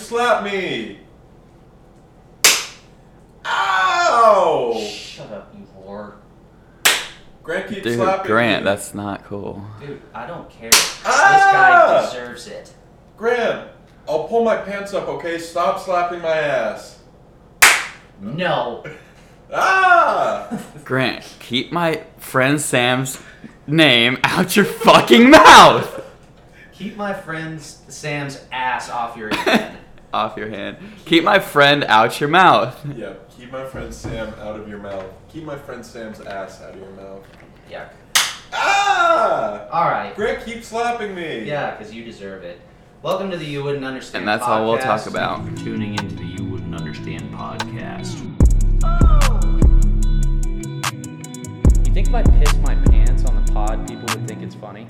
slap me. Ow! Shut up, you whore. Grant keeps Dude, slapping Grant, me. that's not cool. Dude, I don't care. Ah! This guy deserves it. Grant. I'll pull my pants up, okay? Stop slapping my ass. No. Ah! Grant, keep my friend Sam's name out your fucking mouth. Keep my friend's Sam's ass off your head. Off your hand. Keep my friend out your mouth. Yep. Keep my friend Sam out of your mouth. Keep my friend Sam's ass out of your mouth. Yuck. Ah! All right. Grant keeps slapping me. Yeah, because you deserve it. Welcome to the You Wouldn't Understand And that's all we'll talk podcast. about. tuning into the You Wouldn't Understand podcast. You think if I piss my pants on the pod, people would think it's funny?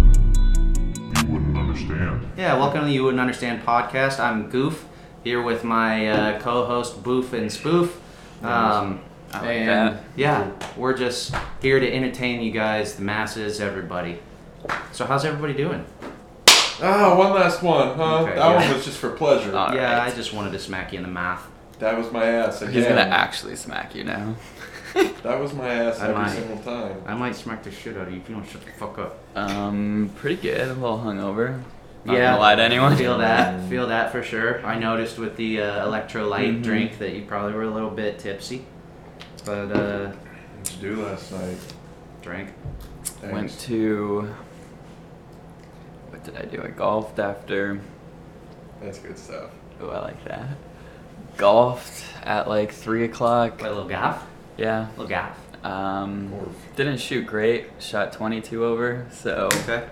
you wouldn't understand. Yeah, welcome to the You Wouldn't Understand podcast. I'm Goof, here with my uh, co host Boof and Spoof. Um, I like and that. yeah, we're just here to entertain you guys, the masses, everybody. So, how's everybody doing? Ah, one last one, huh? Okay, that yeah. one was just for pleasure. All yeah, right. I just wanted to smack you in the mouth. that was my ass again. Uh, He's gonna actually smack you now. That was my ass I every might. single time. I might smack the shit out of you if you don't shut the fuck up. Um, pretty good. A little hungover. Not gonna lie to anyone. Feel that, feel that for sure. I noticed with the uh, electrolyte Mhm. drink that you probably were a little bit tipsy, but uh, What you do last night? drank. Thanks. Went to. What did I do? I golfed after. That's good stuff. Oh, I like that. Golfed at like three o'clock. Play a little gaff, Yeah. little gaff. Um, Morph. didn't shoot great. Shot 22 over, so Okay.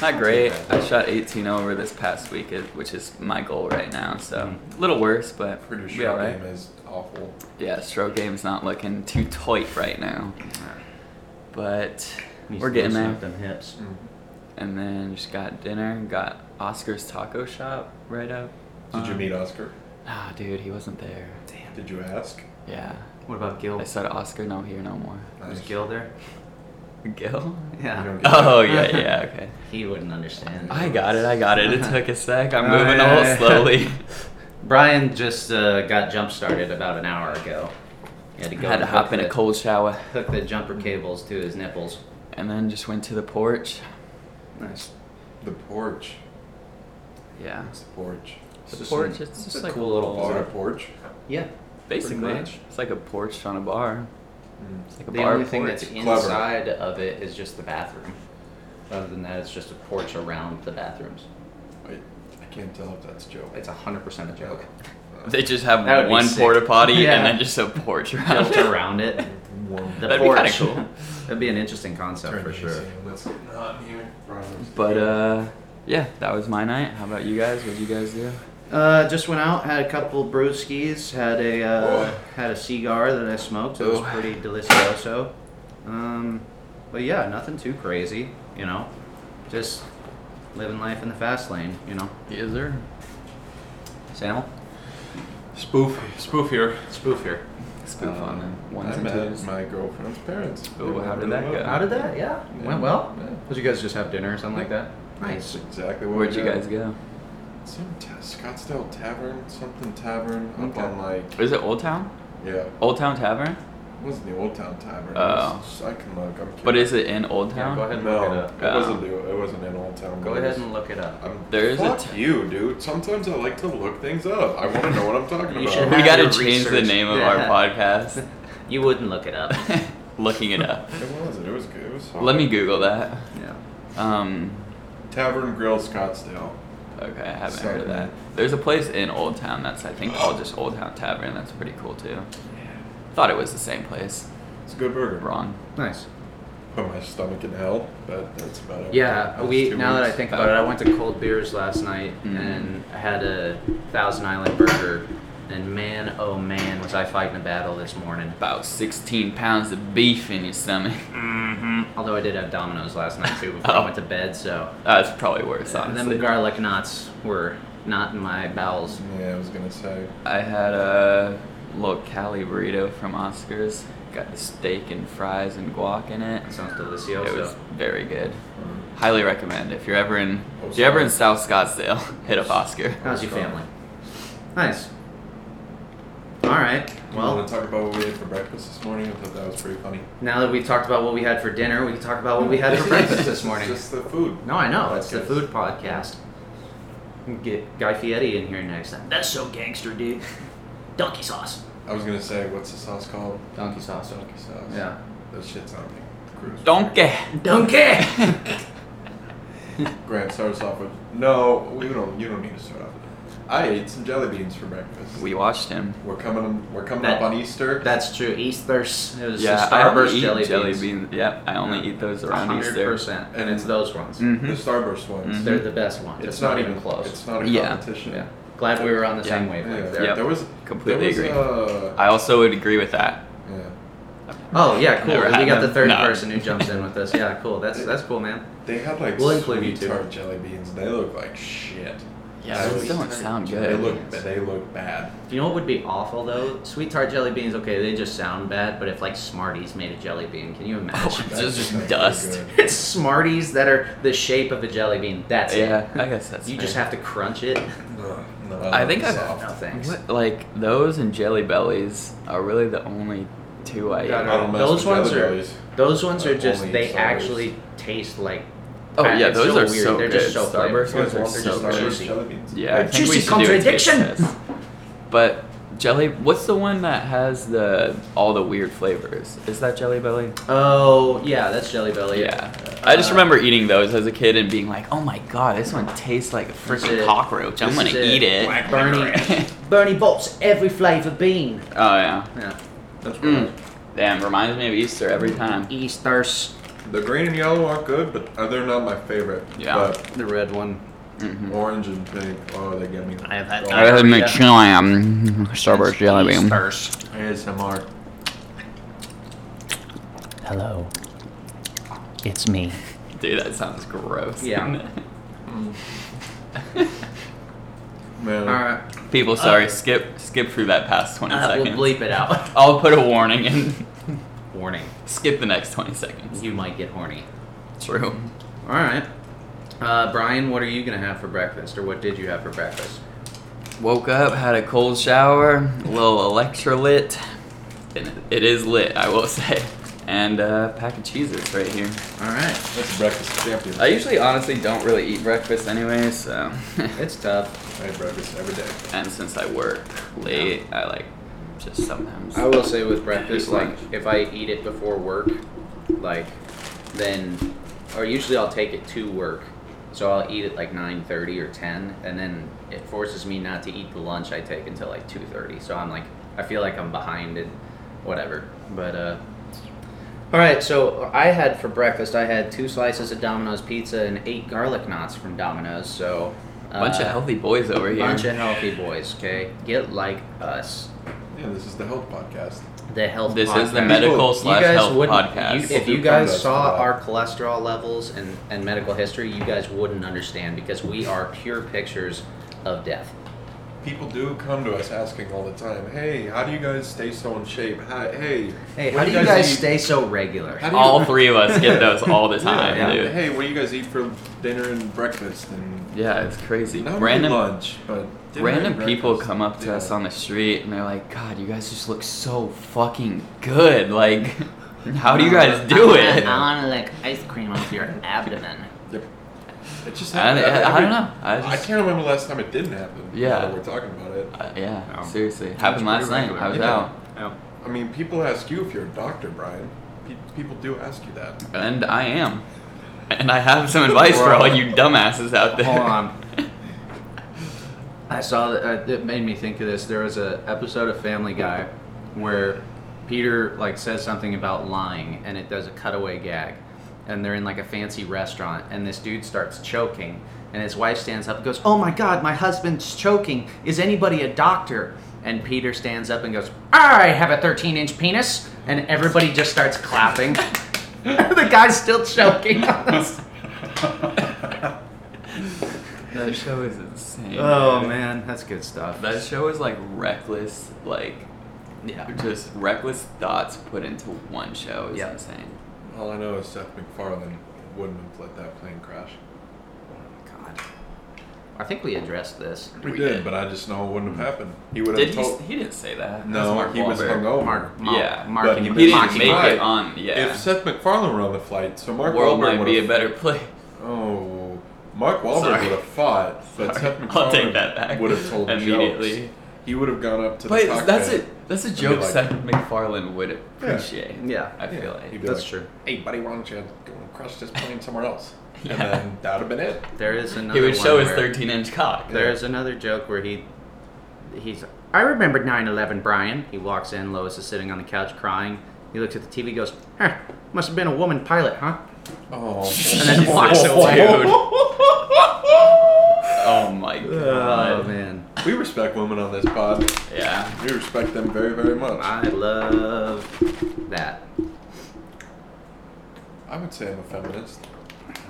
not great. I shot 18 over this past week, it- which is my goal right now. So Mm-hmm. a little worse, but Pretty we all sure right. game is awful. Yeah, stroke game's not looking too tight right now, but Needs we're to getting loosen up there. Them hips. And then just got dinner, got Oscar's Taco Shop right up. Did you Um, meet Oscar? Ah, dude, he wasn't there. Damn. Did you ask? Yeah, What about Gil? I said Oscar, no here, no more. Was Gil there? Gil? You don't Yeah. get Oh yeah, yeah, okay. He wouldn't understand. I got it, I got it. It took a sec. I'm Oh, moving yeah, all yeah. slowly. Brian just uh, got jump started about an hour ago. He had to go. Had to and hop hook in a the- cold shower Hook the jumper cables to his nipples. and then just went to the porch. Nice. The porch. Yeah. It's the porch. The just porch, an- it's it's just a like cool little Is it a porch? Yeah. Basically, pretty much. it's like a porch on a bar. Mm. It's like a The bar only thing porch. that's Clever. inside of it is just the bathroom. Other than that, it's just a porch around the bathrooms. I, I can't tell if that's Uh, Joe. It's hundred percent a joke. They just That would have be one sick. porta potty Yeah. and then just a porch around Built it. around it. warm. The That'd be kinda porch. cool. That'd be an interesting concept for sure. That's not in here. But uh, yeah, that was my night. How about you guys? What would you guys do? Uh, just went out, had a couple brewskis, had a uh, Oh. had a cigar that I smoked. It was Oh. pretty delicioso. Um, but yeah, nothing too crazy, you know. Just living life in the fast lane, you know. Yes, sir. Sam, spoof, spoof here. Um, spoof here. Spoof on them. um, Ones I and met twos. my girlfriend's parents. They Ooh, how went did really that well. go? How did that? Yeah, went well. Yeah. Did you guys just have dinner or something like that? That's Nice. exactly what Where'd we you did. guys go? Some ta- Scottsdale Tavern, something Tavern up Okay. on like Is it Old Town? yeah, it Old Town Tavern? wasn't the Old Town Tavern. It Oh. was just- I can look. I'm kidding. But is it in Old Yeah, Town? go ahead and look it No, up. it Oh. wasn't. The, it wasn't in Old Town. Go but it ahead was- and look it up. I'm, There is a fuck ta- you, dude. Sometimes I like to look things up. I want to know what I'm talking You about. should We have gotta your change the research. name of Yeah. our podcast. You wouldn't look it up. Looking it up. It was. It was good. It was. Fun. Let me Google that. yeah. Um, Tavern Grill Scottsdale. okay, I haven't Sorry. heard of that. There's a place in Old Town that's I think called just Old Town Tavern. That's pretty cool too. Thought it was the same place. It's a good burger. Wrong. Nice. Put my stomach in hell, but that's about it. Yeah, That was we. two Now that I weeks. Mm-hmm. think about it, I went to Cold Beers last night Mm. and I had a Thousand Island burger, and man, oh man, was I fighting a battle this morning. About 16 pounds of beef in your stomach. Mm-hmm. Although I did have Domino's last night too before Oh. I went to bed, so That's probably worse, and honestly. them garlic knots were not in my bowels. Yeah, I was gonna say. I had a little Cali burrito from Oscars. Got the steak and fries and guac in it. That sounds delicioso. It was very good. highly recommend. If you're ever in, if you're ever in South Scottsdale, hit up Oscar. How's your family? Nice. All right. Well, want Well, to talk about what we ate for breakfast this morning? I thought that was pretty funny. now that we've talked about what we had for dinner, we can talk about what we had for breakfast this morning. Just the food. No, I know. It's the Podcast. food podcast. Get Guy Fieri in here next time. That's so gangster, dude. Donkey sauce. I was gonna say, what's the sauce called? Donkey sauce. Donkey sauce. Yeah. That shit's on me. Cruise. Donkey. Donkey! Grant, start us off with. No, we don't. You don't need to start off. with that. I ate some jelly beans for breakfast. We watched him. We're coming. We're coming That- up on Easter. That's true. Easter's. It was yeah, the I only Starburst eat jelly, beans. Yeah, I only Yeah. eat those A around hundred Easter. percent, and it's those ones. the Mm-hmm. Starburst ones. Mhm. They're the best ones. It's, not, even close. It's not a Yeah. competition. yeah. Glad we were on the Yeah. same Yeah, wavelength there, there. Yep. there was Completely agree. there was, Uh, I also would agree with that. yeah. Oh yeah, cool. Never we had got the them. third No. person who jumps in with us. Yeah, cool. That's that's cool, man. They had like We'll sweet include you too. tart jelly beans. They look like shit. Yeah, those Sweet don't tart sound jelly- They good. look. They look bad. You know what would be awful though? Sweet tart jelly beans. Okay, they just sound bad. But if like Smarties made a jelly bean, can you imagine? It's Oh, just That's not dust. good. it's Smarties that are the shape of a jelly bean. That's Yeah, it. I guess that's. You fair. just have to crunch it. No, no, I think it's I've- Uh, soft. Oh, No thanks. What, like those and Jelly Bellies are really the only two I eat. I don't mess Those with ones jelly are bellies. those ones I've are just only they eaten Starburst. actually taste like. Oh crap. yeah, It's those so weird. are so They're good. just so Starburst flavorful. You guys ones are want so the Starburst good. juicy. jelly beans? Yeah, I A think juicy we should do a taste contradiction. test. But jelly, what's the one that has the all the weird flavors? Is that Jelly Belly? Oh yeah, that's Jelly Belly. Yeah. I just Uh, remember eating those as a kid and being like, "Oh my god, this one tastes like a This freaking is- cockroach. I'm this gonna is eat it." Bernie, Bernie Bott's every flavour bean. oh yeah. Yeah. That's Mm. Damn, reminds me of Easter every time. Easter's The green and yellow are good, but uh, they're not my favorite. Yeah. But the red one. Mm-hmm. orange and pink, oh, they get me. I have had- Oh, I really make um, sure I am Starburst jelly bean. Easter's. ASMR. Hello. It's me. Dude, that sounds gross. Yeah. Mm. Man. All right. People, sorry, skip skip through that past twenty Uh, we'll seconds. bleep it out. I'll put a warning and Warning: skip the next twenty seconds. You might get horny. True. All right. Uh, Brian, what are you gonna have for breakfast, or what did you have for breakfast? Woke up, had a cold shower, a little electrolyte. It, it is lit, I will say. And a pack of cheeses right here. All right. That's breakfast champion. I usually honestly don't really eat breakfast anyway, so. It's tough. I have breakfast every day. and since I work late, I like just sometimes. I will say with breakfast, Eat like lunch. if I eat it before work, like then, or usually I'll take it to work. So I'll eat at like nine thirty or ten, and then it forces me not to eat the lunch I take until like two thirty. So I'm like, I feel like I'm behind and whatever. But uh, all right. So I had for breakfast, I had two slices of Domino's pizza and eight garlic knots from Domino's. So Bunch of uh, healthy boys over here. bunch of healthy boys. Okay, get like us Yeah, this is the health podcast. the health. This is the podcast. medical People- slash you guys health wouldn't- podcast. you- if you do guys podcasts saw for that. our cholesterol levels and, and medical history, you guys wouldn't understand because we are pure pictures of death. People do come to us asking all the time, hey, how do you guys stay so in shape? How, hey, Hey, what how do you guys eat- stay so regular? How do you- all three of us get those all the time, Yeah, dude. Hey, what do you guys eat for dinner and breakfast? And Yeah, it's crazy. not random really lunch, but dinner random and people breakfast. come up to Yeah. us on the street and they're like, "God, you guys just look so fucking good. Like, how do you guys do it?" I want to lick ice cream off your abdomen. Yep. It just I- happened. I- I every- don't know. I just- can't remember last time it didn't happen. now Yeah. that we're talking about it. Uh, yeah, Um, seriously, happened last pretty regular. night. I was Yeah. out, Oh. I mean, people ask you if you're a doctor, Brian. Pe- people do ask you that. and I am, and I have some advice for all you dumbasses out there. Hold on. I saw that uh, it made me think of this. There was a episode of Family Guy where Peter like says something about lying, and it does a cutaway gag, and they're in like a fancy restaurant, and this dude starts choking, and his wife stands up and goes, "Oh my God, my husband's choking! Is anybody a doctor?" And Peter stands up and goes, "I have a 13-inch penis," and everybody just starts clapping. the guy's still choking. on this. That show is insane. Oh dude. man, that's good stuff. that show is like reckless, like yeah. just reckless thoughts put into one show is Yeah. insane. All I know is Seth MacFarlane wouldn't have let that plane crash. God. I think we addressed this. We, We did, did. Hmm. but I just know it wouldn't have happened. He would Did have he? told. He didn't say that. That's no, Mark he was Wahlberg. hungover. Mark, Mark, Yeah, but marking, he He didn't Mark mocking make Wahlberg. it on. Yeah. If Seth McFarlane were on the flight, so Mark world Wahlberg might be a would've- better place. Oh, Mark Wahlberg Sorry. would have fought, but Sorry. Seth I'll take that MacFarlane back would have told immediately. jokes. He would have gone up to But the cockpit. that's a that's a be joke like- Seth MacFarlane would appreciate. Yeah. I Yeah, feel he'd like be That's like, true. Hey, buddy, why don't you go and crush this plane somewhere else? Yeah. And then that'd have been it. There is another. he would one show his where- 13 inch cock. There is another joke where he, he's. I remember 9/11, Brian. He walks in. Lois is sitting on the couch crying. He looks at the TV. Goes, "Huh, must have been a woman pilot, huh?" Oh, And then walks away. dude. Oh my Oh god. man, we respect women on this pod. Yeah. We respect them very, very much. I love that. I would say I'm a feminist.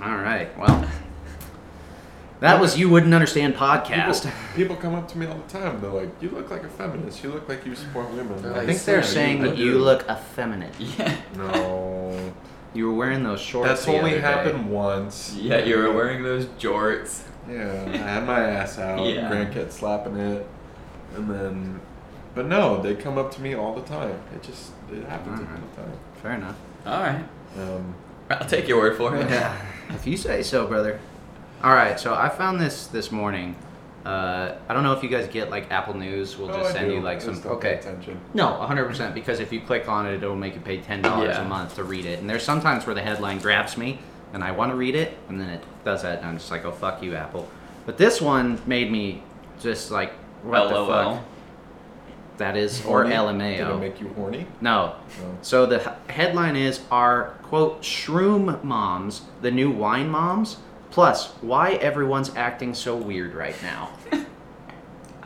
All right, well, that was you wouldn't understand podcast. People, people come up to me all the time. They're like, "You look like a feminist. You look like you support women." I think they're saying that you look effeminate. Yeah. No, You were wearing those shorts. that's the only other day. happened once. Yeah, you were wearing those jorts. Yeah, I had my ass out. Yeah. Grant kept slapping it, and then, but no, they come up to me all the time. It just it happens all Alright. the time. Fair enough. All right. Um, I'll take your word for it. Yeah, if you say so, brother. All right, so I found this this morning. Uh, I don't know if you guys get like Apple News. We'll oh, I just send do. you like I some. just don't pay Okay. Attention. No, 100% because if you click on it, it'll make you pay $10 Yeah. a month to read it. And there's sometimes where the headline grabs me and I want to read it, and then it does that, and I'm just like, oh, fuck you, Apple. But this one made me just like, what LOL. the fuck? That is, or Horny? Did it LMAO. make you horny? No. No. So the h- headline is Are, quote, shroom moms the new wine moms? Plus, why everyone's acting so weird right now?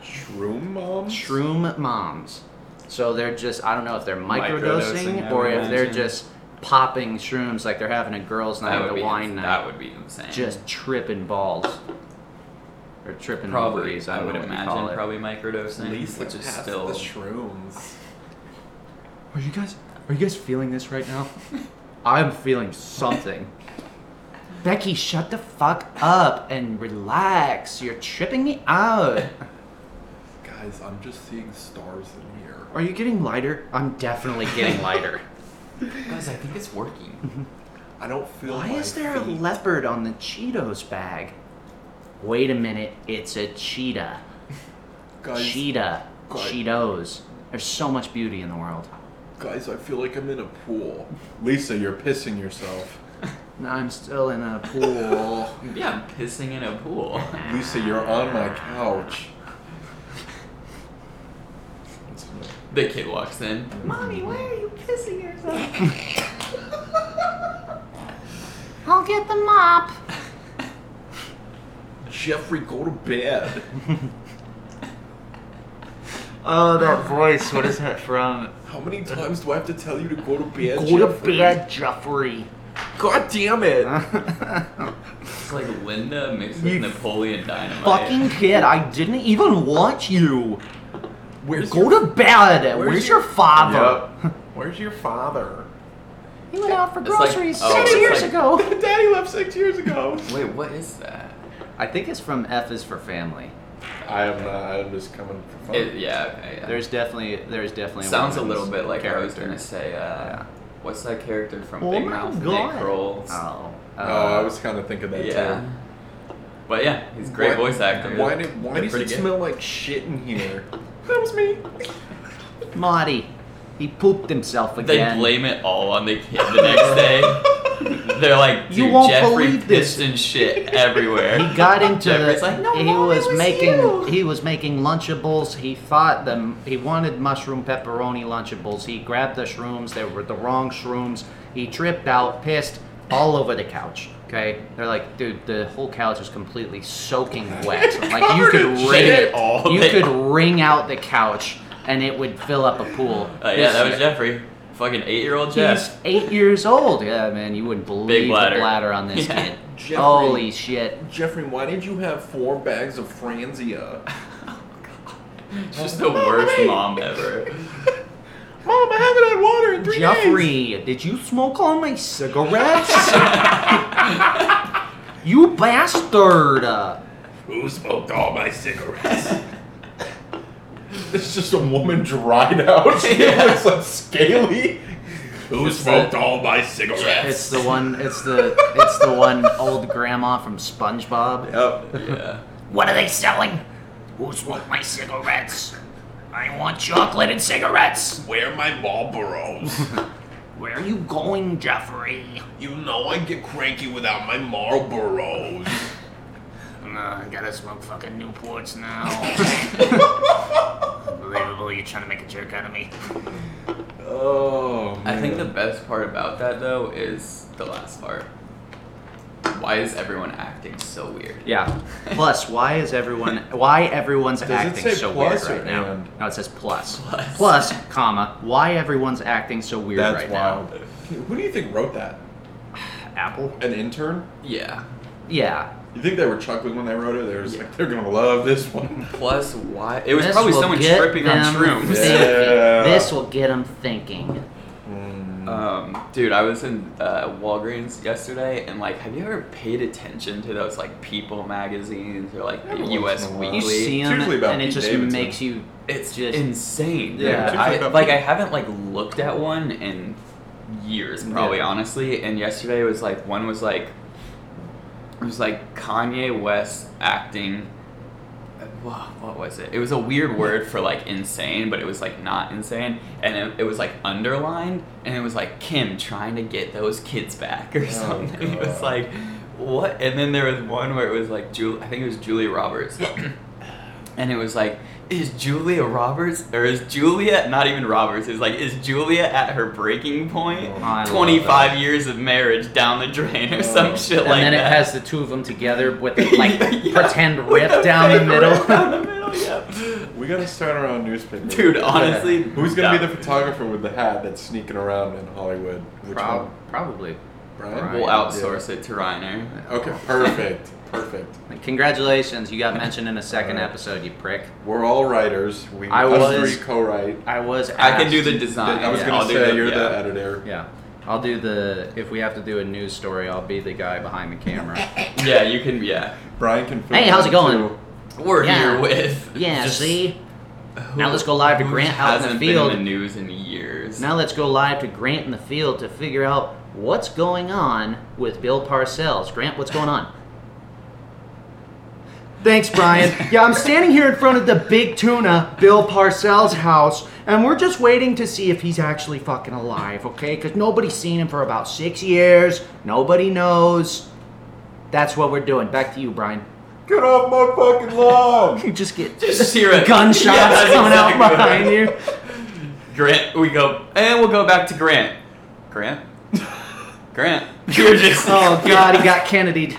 Shroom mom. shroom moms. So they're just, I don't know if they're microdosing, Microdosing, I or would if they're imagine. just popping shrooms like they're having a girls' night at That would, a be wine ins- night. that would be insane. Just tripping balls. Or tripping probably, ovaries, I don't would know what you call imagine, it. probably microdosing, Lisa which is passed still the shrooms. Are you guys are you guys feeling this right now? I'm feeling something. Becky, shut the fuck up and relax. You're tripping me out. Guys, I'm just seeing stars in here. Are you getting lighter? I'm definitely getting lighter. Guys, I think it's working. I don't feel. Why my is there a feet. leopard on the Cheetos bag? Wait a minute, it's a cheetah. Guys, Cheetah. guys. Cheetos. There's so much beauty in the world. guys, I feel like I'm in a pool. Lisa, you're pissing yourself. I'm still in a pool. yeah, I'm pissing in a pool. Lisa, you're on my couch. The kid walks in. Mommy, why are you pissing yourself? I'll get the mop. Jeffrey, go to bed. Oh, that voice. What is that from? How many times do I have to tell you to go to bed? Go to Jeffrey? bed, Jeffrey. God damn it! It's like Linda mixed You with Napoleon Dynamite. Fucking kid, I didn't even want you. Where's Go to bed. Where's, your, father? Yep. Where's your father? He went out for It's like- groceries oh, six it's years like- ago. Daddy left six years ago. Wait, what is that? I think it's from F is for family. I am not. I'm just coming for fun. It, yeah, okay, yeah. There's definitely there's definitely sounds a woman's little bit like I was gonna character. say. Uh, Yeah. What's that character from Oh Big my Mouth? God. Nick Kroll. Oh, uh, oh, I was kind of thinking that yeah. too. But yeah, he's a great Why- voice actor. Why, did, why They're does pretty it good. smell like shit in here? that was me. Marty. He pooped himself They again. blame it all on the kid the next day. They're like, You "Dude, won't Jeffrey believe this." pissed and shit everywhere. he got into the, Jeffrey's like, he was, making he was making lunchables. He thought them he wanted mushroom pepperoni lunchables. He grabbed the shrooms. They were the wrong shrooms. He tripped out, pissed all over the couch. Okay, they're like, dude, the whole couch is completely soaking wet. Like you Covered could in wring shit it, all you day. could wring out the couch, and it would fill up a pool. Uh, yeah, that was This- Jeffrey. Fucking eight-year-old He's Jeff. eight years old. Yeah, man, you wouldn't believe bladder. the bladder on this Yeah. kid. Jeffrey. Holy shit! Jeffrey, why did you have four bags of Franzia? It's Just the worst mom ever. Mom, I haven't had water in three days. Jeffrey, did you smoke all my cigarettes? You bastard! Uh, Who smoked all my cigarettes? it's just a woman dried out. She looks like scaly. Who It's smoked the- all my cigarettes? it's the one. It's the. It's the one old grandma from SpongeBob. Yep. Yeah. What are they selling? Who smoked my cigarettes? I want chocolate and cigarettes. Where are my Marlboros? Where are you going, Jeffrey? you know I get cranky without my Marlboros. Uh, I gotta smoke fucking Newports now. Unbelievable, you're trying to make a jerk out of me. Oh. I think the best part about that though is the last part. Why is everyone acting so weird? Yeah. Plus, why is everyone why everyone's it acting say so weird plus right or now? and? No, it says plus. Plus. Plus, comma, why everyone's acting so weird That's right wild. Who do you think wrote that? now? Apple? An intern? Yeah. Yeah. You think they were chuckling when they wrote it? They were just like, they're gonna love this one. Plus why it was This probably will someone get tripping on them shrooms. thinking. Yeah. This will get them thinking. Mm. Um, dude, I was in uh, Walgreens yesterday, and like, have you ever paid attention to those like People magazines or like Every once U.S. in a while. Weekly? You see them, usually about and it Pete just Davidson. makes you. it's just- just insane. Yeah, Yeah, it's usually I, about like I people. haven't like looked at one in years, probably Yeah. honestly. And yesterday was like one was like it was like Kanye West acting. uh, Wha- What was it? It was a weird word for like insane, but it was like not insane, and it, it was like underlined, and it was like Kim trying to get those kids back or Oh, something. It was God. like what? And then there was one where it was like Julie. I think it was Julia Roberts and it was like is julia roberts or is julia not even roberts is like is julia at her breaking point Oh, I love 25 years of marriage down the drain or some Oh. shit And like then that it has the two of them together with the, like Yeah. pretend With rip down the fake middle. rip down the middle, yeah. We gotta start our own newspaper. dude honestly Who's gonna be that- the photographer with the hat that's sneaking around in Hollywood? Which Prob- one? probably. Brian? we'll outsource it to reiner Okay, perfect. Perfect. Congratulations, you got mentioned in a second Alright. episode, you prick. We're all writers. We I us was- three co-write. I was. Asked, i can do the design I was yeah, gonna I'll do say the- you're yeah. the editor. Yeah. I'll do the if we have to do a news story, I'll be the guy behind the camera. yeah you can yeah Brian can. film Hey, how's it that, going? too. we're Yeah. here with Yeah. just see. who- Now let's go live to who Grant out in the hasn't field. been in the news in years Now let's go live to Grant in the field to figure out what's going on with Bill Parcells. Grant, what's going on? Thanks, Brian. Yeah, I'm standing here in front of the big tuna, Bill Parcells' house, and we're just waiting to see if he's actually fucking alive, okay? Because nobody's seen him for about six years. Nobody knows. That's what we're doing. Back to you, Brian. Get off my fucking lawn! You just get Just hear it. gunshots Yeah, that's coming exactly out what behind I- you. Grant, we go, and we'll go back to Grant. Grant, Grant, you're just. Oh, God, he got Kennedy'd.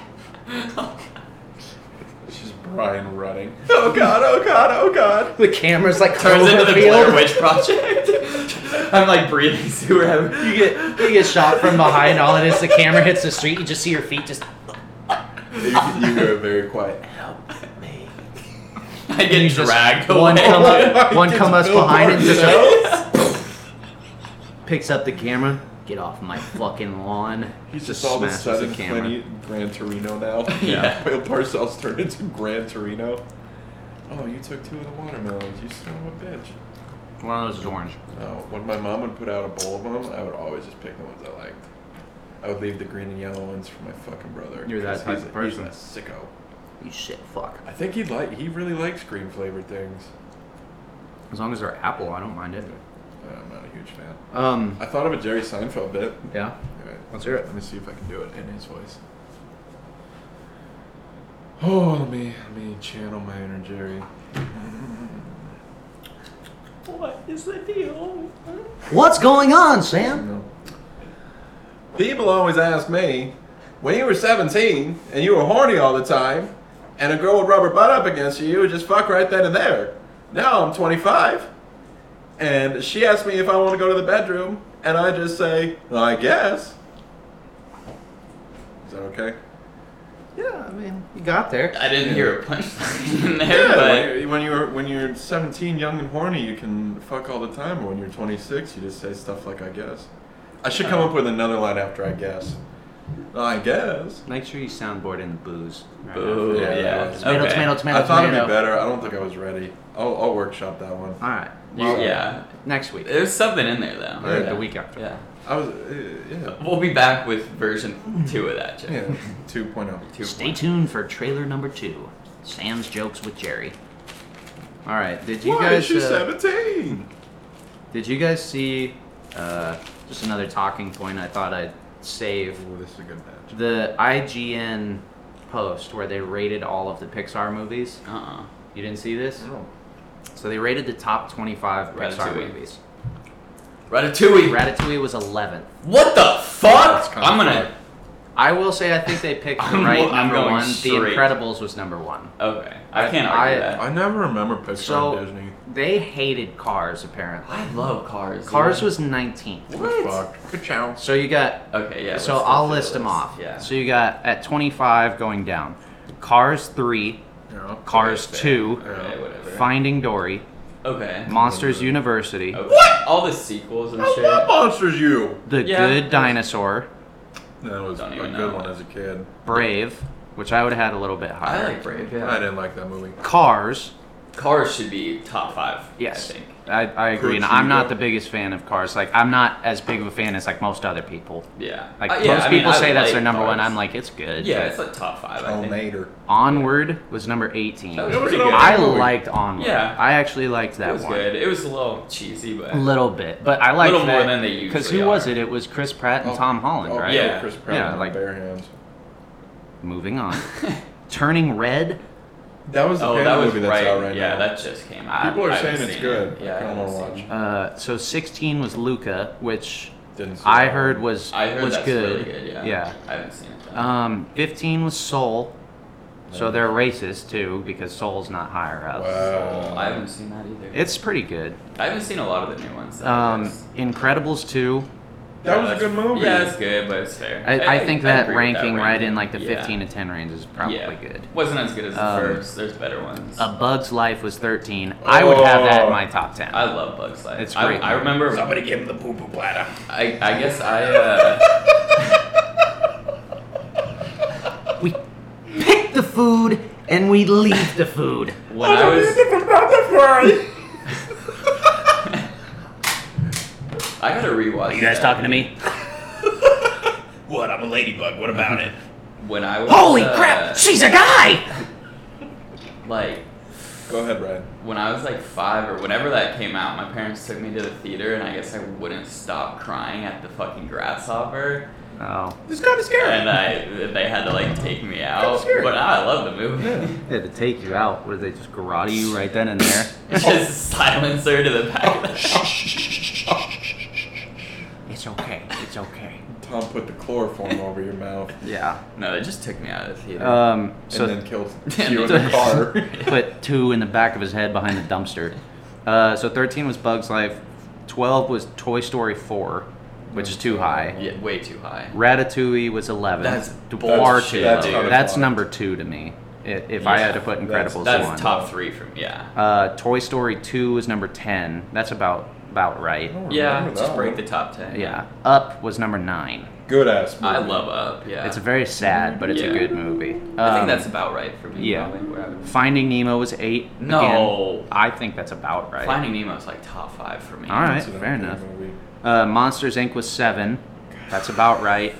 It's just Brian running. Oh God! Oh God! Oh God! The camera's like Turns into the Cloverfield. Blair Witch Project. I'm like breathing sewer. You get you get shot from behind. All it is, the camera hits the street. You just see your feet just. You, you go very quiet. I get dragged One away. come up, one Gets come us Bill behind it, and just Parcells. picks up the camera. Get off my fucking lawn. He's just all of a smashes sudden the camera. Plenty Gran Torino now. Yeah. Bill Parcells turned into Gran Torino. Oh, you took two of the watermelons. You son of a bitch. One of those is orange. No, Oh, when my mom would put out a bowl of them, I would always just pick the ones I liked. I would leave the green and yellow ones for my fucking brother. You're that 'cause type he's of a- person. He's a sicko. You shit fuck. I think he like he really likes green flavored things. As long as they're apple, I don't mind it. I'm not a huge fan. Um I thought of a Jerry Seinfeld bit. yeah. Alright, Let's hear it. Let me see if I can do it in his voice. Oh, let me let me channel my inner Jerry. What is the deal? What's going on, Sam? No. People always ask me, when you were 17 and you were horny all the time, and a girl would rub her butt up against you, you would just fuck right then and there. Now I'm 25, and she asks me if I want to go to the bedroom, and I just say, I guess. Is that okay? Yeah, I mean, you got there. I didn't hear a punchline in there, Yeah, but when, you're, when you're when you're 17, young and horny, you can fuck all the time. Uh-huh. But when you're 26, you just say stuff like "I guess." I should come up with another line after "I guess." I guess. Make sure you soundboard in the booze. right Boo, after Yeah, that. yeah. Oh, Tomato, Okay. tomato, tomato, I thought it'd tomato. be better. I don't think I was ready. I'll, I'll workshop that one. All right. You- yeah. Next week. There's something in there though. Or Yeah. the week after. Yeah. I was, uh, yeah. We'll be back with version two of that. Jeff. Yeah, oh. 2.0. Two Stay tuned for trailer number two Sam's Jokes with Jerry. All right. Did you Why guys. is she uh, 17? Did you guys see? Uh, just another talking point I thought I'd save Ooh, this is a good match. the IGN post where they rated all of the Pixar movies. Uh-uh. You didn't see this? So they rated the top 25 Pixar Ratatouille. movies. Ratatouille. Ratatouille was 11th. what the That's fuck? kinda I'm gonna. I will say I think they picked the I'm right go- I'm number going one. The straight. Incredibles was number one. Okay. I I- can't argue I- that. I never remember Pixar So- and Disney. They hated Cars apparently. I love cars. Cars yeah. was 19th. What? Fuck. Ka-chow. So you got Okay. Yeah. so let's go I'll through list the them off. Yeah. So you got at 25 going down, Cars 3, Yeah. Cars Okay, 2, Okay. Whatever. Finding Dory, Okay. Monsters University, Okay. What? All the sequels and I shit. love Monsters U. The Yeah. Good Dinosaur, That was a Don't good even know. one as a kid. Brave, which I would have had a little bit I higher. like Brave. I Yeah. didn't like that movie. Cars, Cars should be top five. yes, I think. I, I agree, and Could I'm you not go- the biggest fan of Cars. Like I'm not as big of a fan as like most other people. Yeah. Like Uh, yeah, most I mean, people I say that's their like number one. Cars. I'm like it's good. Yeah, but it's like top five. Oh, I think. Tomator. Onward was number 18. That was It was pretty an good. old I movie. liked Onward. Oh, Yeah. I actually liked that it was one. good. It was a little cheesy, but A little bit, but I liked Little more that than they Because usually who was are. it? It was Chris Pratt and Oh, Tom Holland, oh, right? Yeah. Chris Pratt Yeah, and like- bare hands. Moving on. Turning Red. That was the oh, Panda that was movie right. that's out right yeah, now. that just came out. People are I haven't saying it's seen good. It. Yeah, I don't haven't want to seen watch. Uh, so 16 was Luca, which Didn't see I that heard one. was it. I heard was that's good. really good. Yeah. I haven't seen it. Though. Um, 15 was Soul. So they're racist too because Soul's not higher up. Wow. I haven't seen that either. It's pretty good. I haven't seen a lot of the new ones. though. Um, It's- Incredibles 2. That was a that's- good movie. Yeah, it's good, but it's fair. I, I think that agree with ranking right in like the Yeah. 15 to 10 range is probably yeah. good. Wasn't as good as the Um, first. There's better ones. A Bug's Life was 13. I would have that Oh. in my top 10. I love Bugs Life. It's I, great. I remember. Somebody give him the poo poo platter. I, I guess I. Uh, We pick the food and we leave the food. when I was. I gotta rewatch. You guys that. talking to me? What? I'm a ladybug. What about it? When I was. Holy uh, crap, she's a guy! Like Go ahead, Brian. when I was like five or whenever that came out, my parents took me to the theater, and I guess I wouldn't stop crying at the fucking grasshopper. oh. It's kind of scary. and I they had to like take me out. scary. But I love the movie. Yeah, to take you out, what did they just karate you right then and there? Just silence her to the back of Oh, the it's okay. It's okay. Tom put the chloroform over your mouth Yeah. No, they just took me out of the theater. Um, so and then killed And you in then- the car. put two in the back of his head behind the dumpster. Uh, so 13 was Bug's Life. 12 was Toy Story 4, which is too high. yeah, way too high. Ratatouille was 11. That's far bullshit, too that's low. kinda That's far. number two to me. i- If I had to put that's- Incredibles That's one. top three from yeah. Uh, Toy Story 2 was number 10. That's about about right. I don't Yeah, remember that just break the one. top ten. Yeah. Up was number 9. Good ass movie. I love Up. Yeah, It's very sad, but it's Yeah. a good movie. I think Um, that's about right for me. yeah. probably, where I would- Finding Nemo was 8. No. Again, I think that's about right. Finding Nemo's like top five for me. All right, It's an fair okay enough. movie. Uh, Monsters Inc. was 7. That's about right.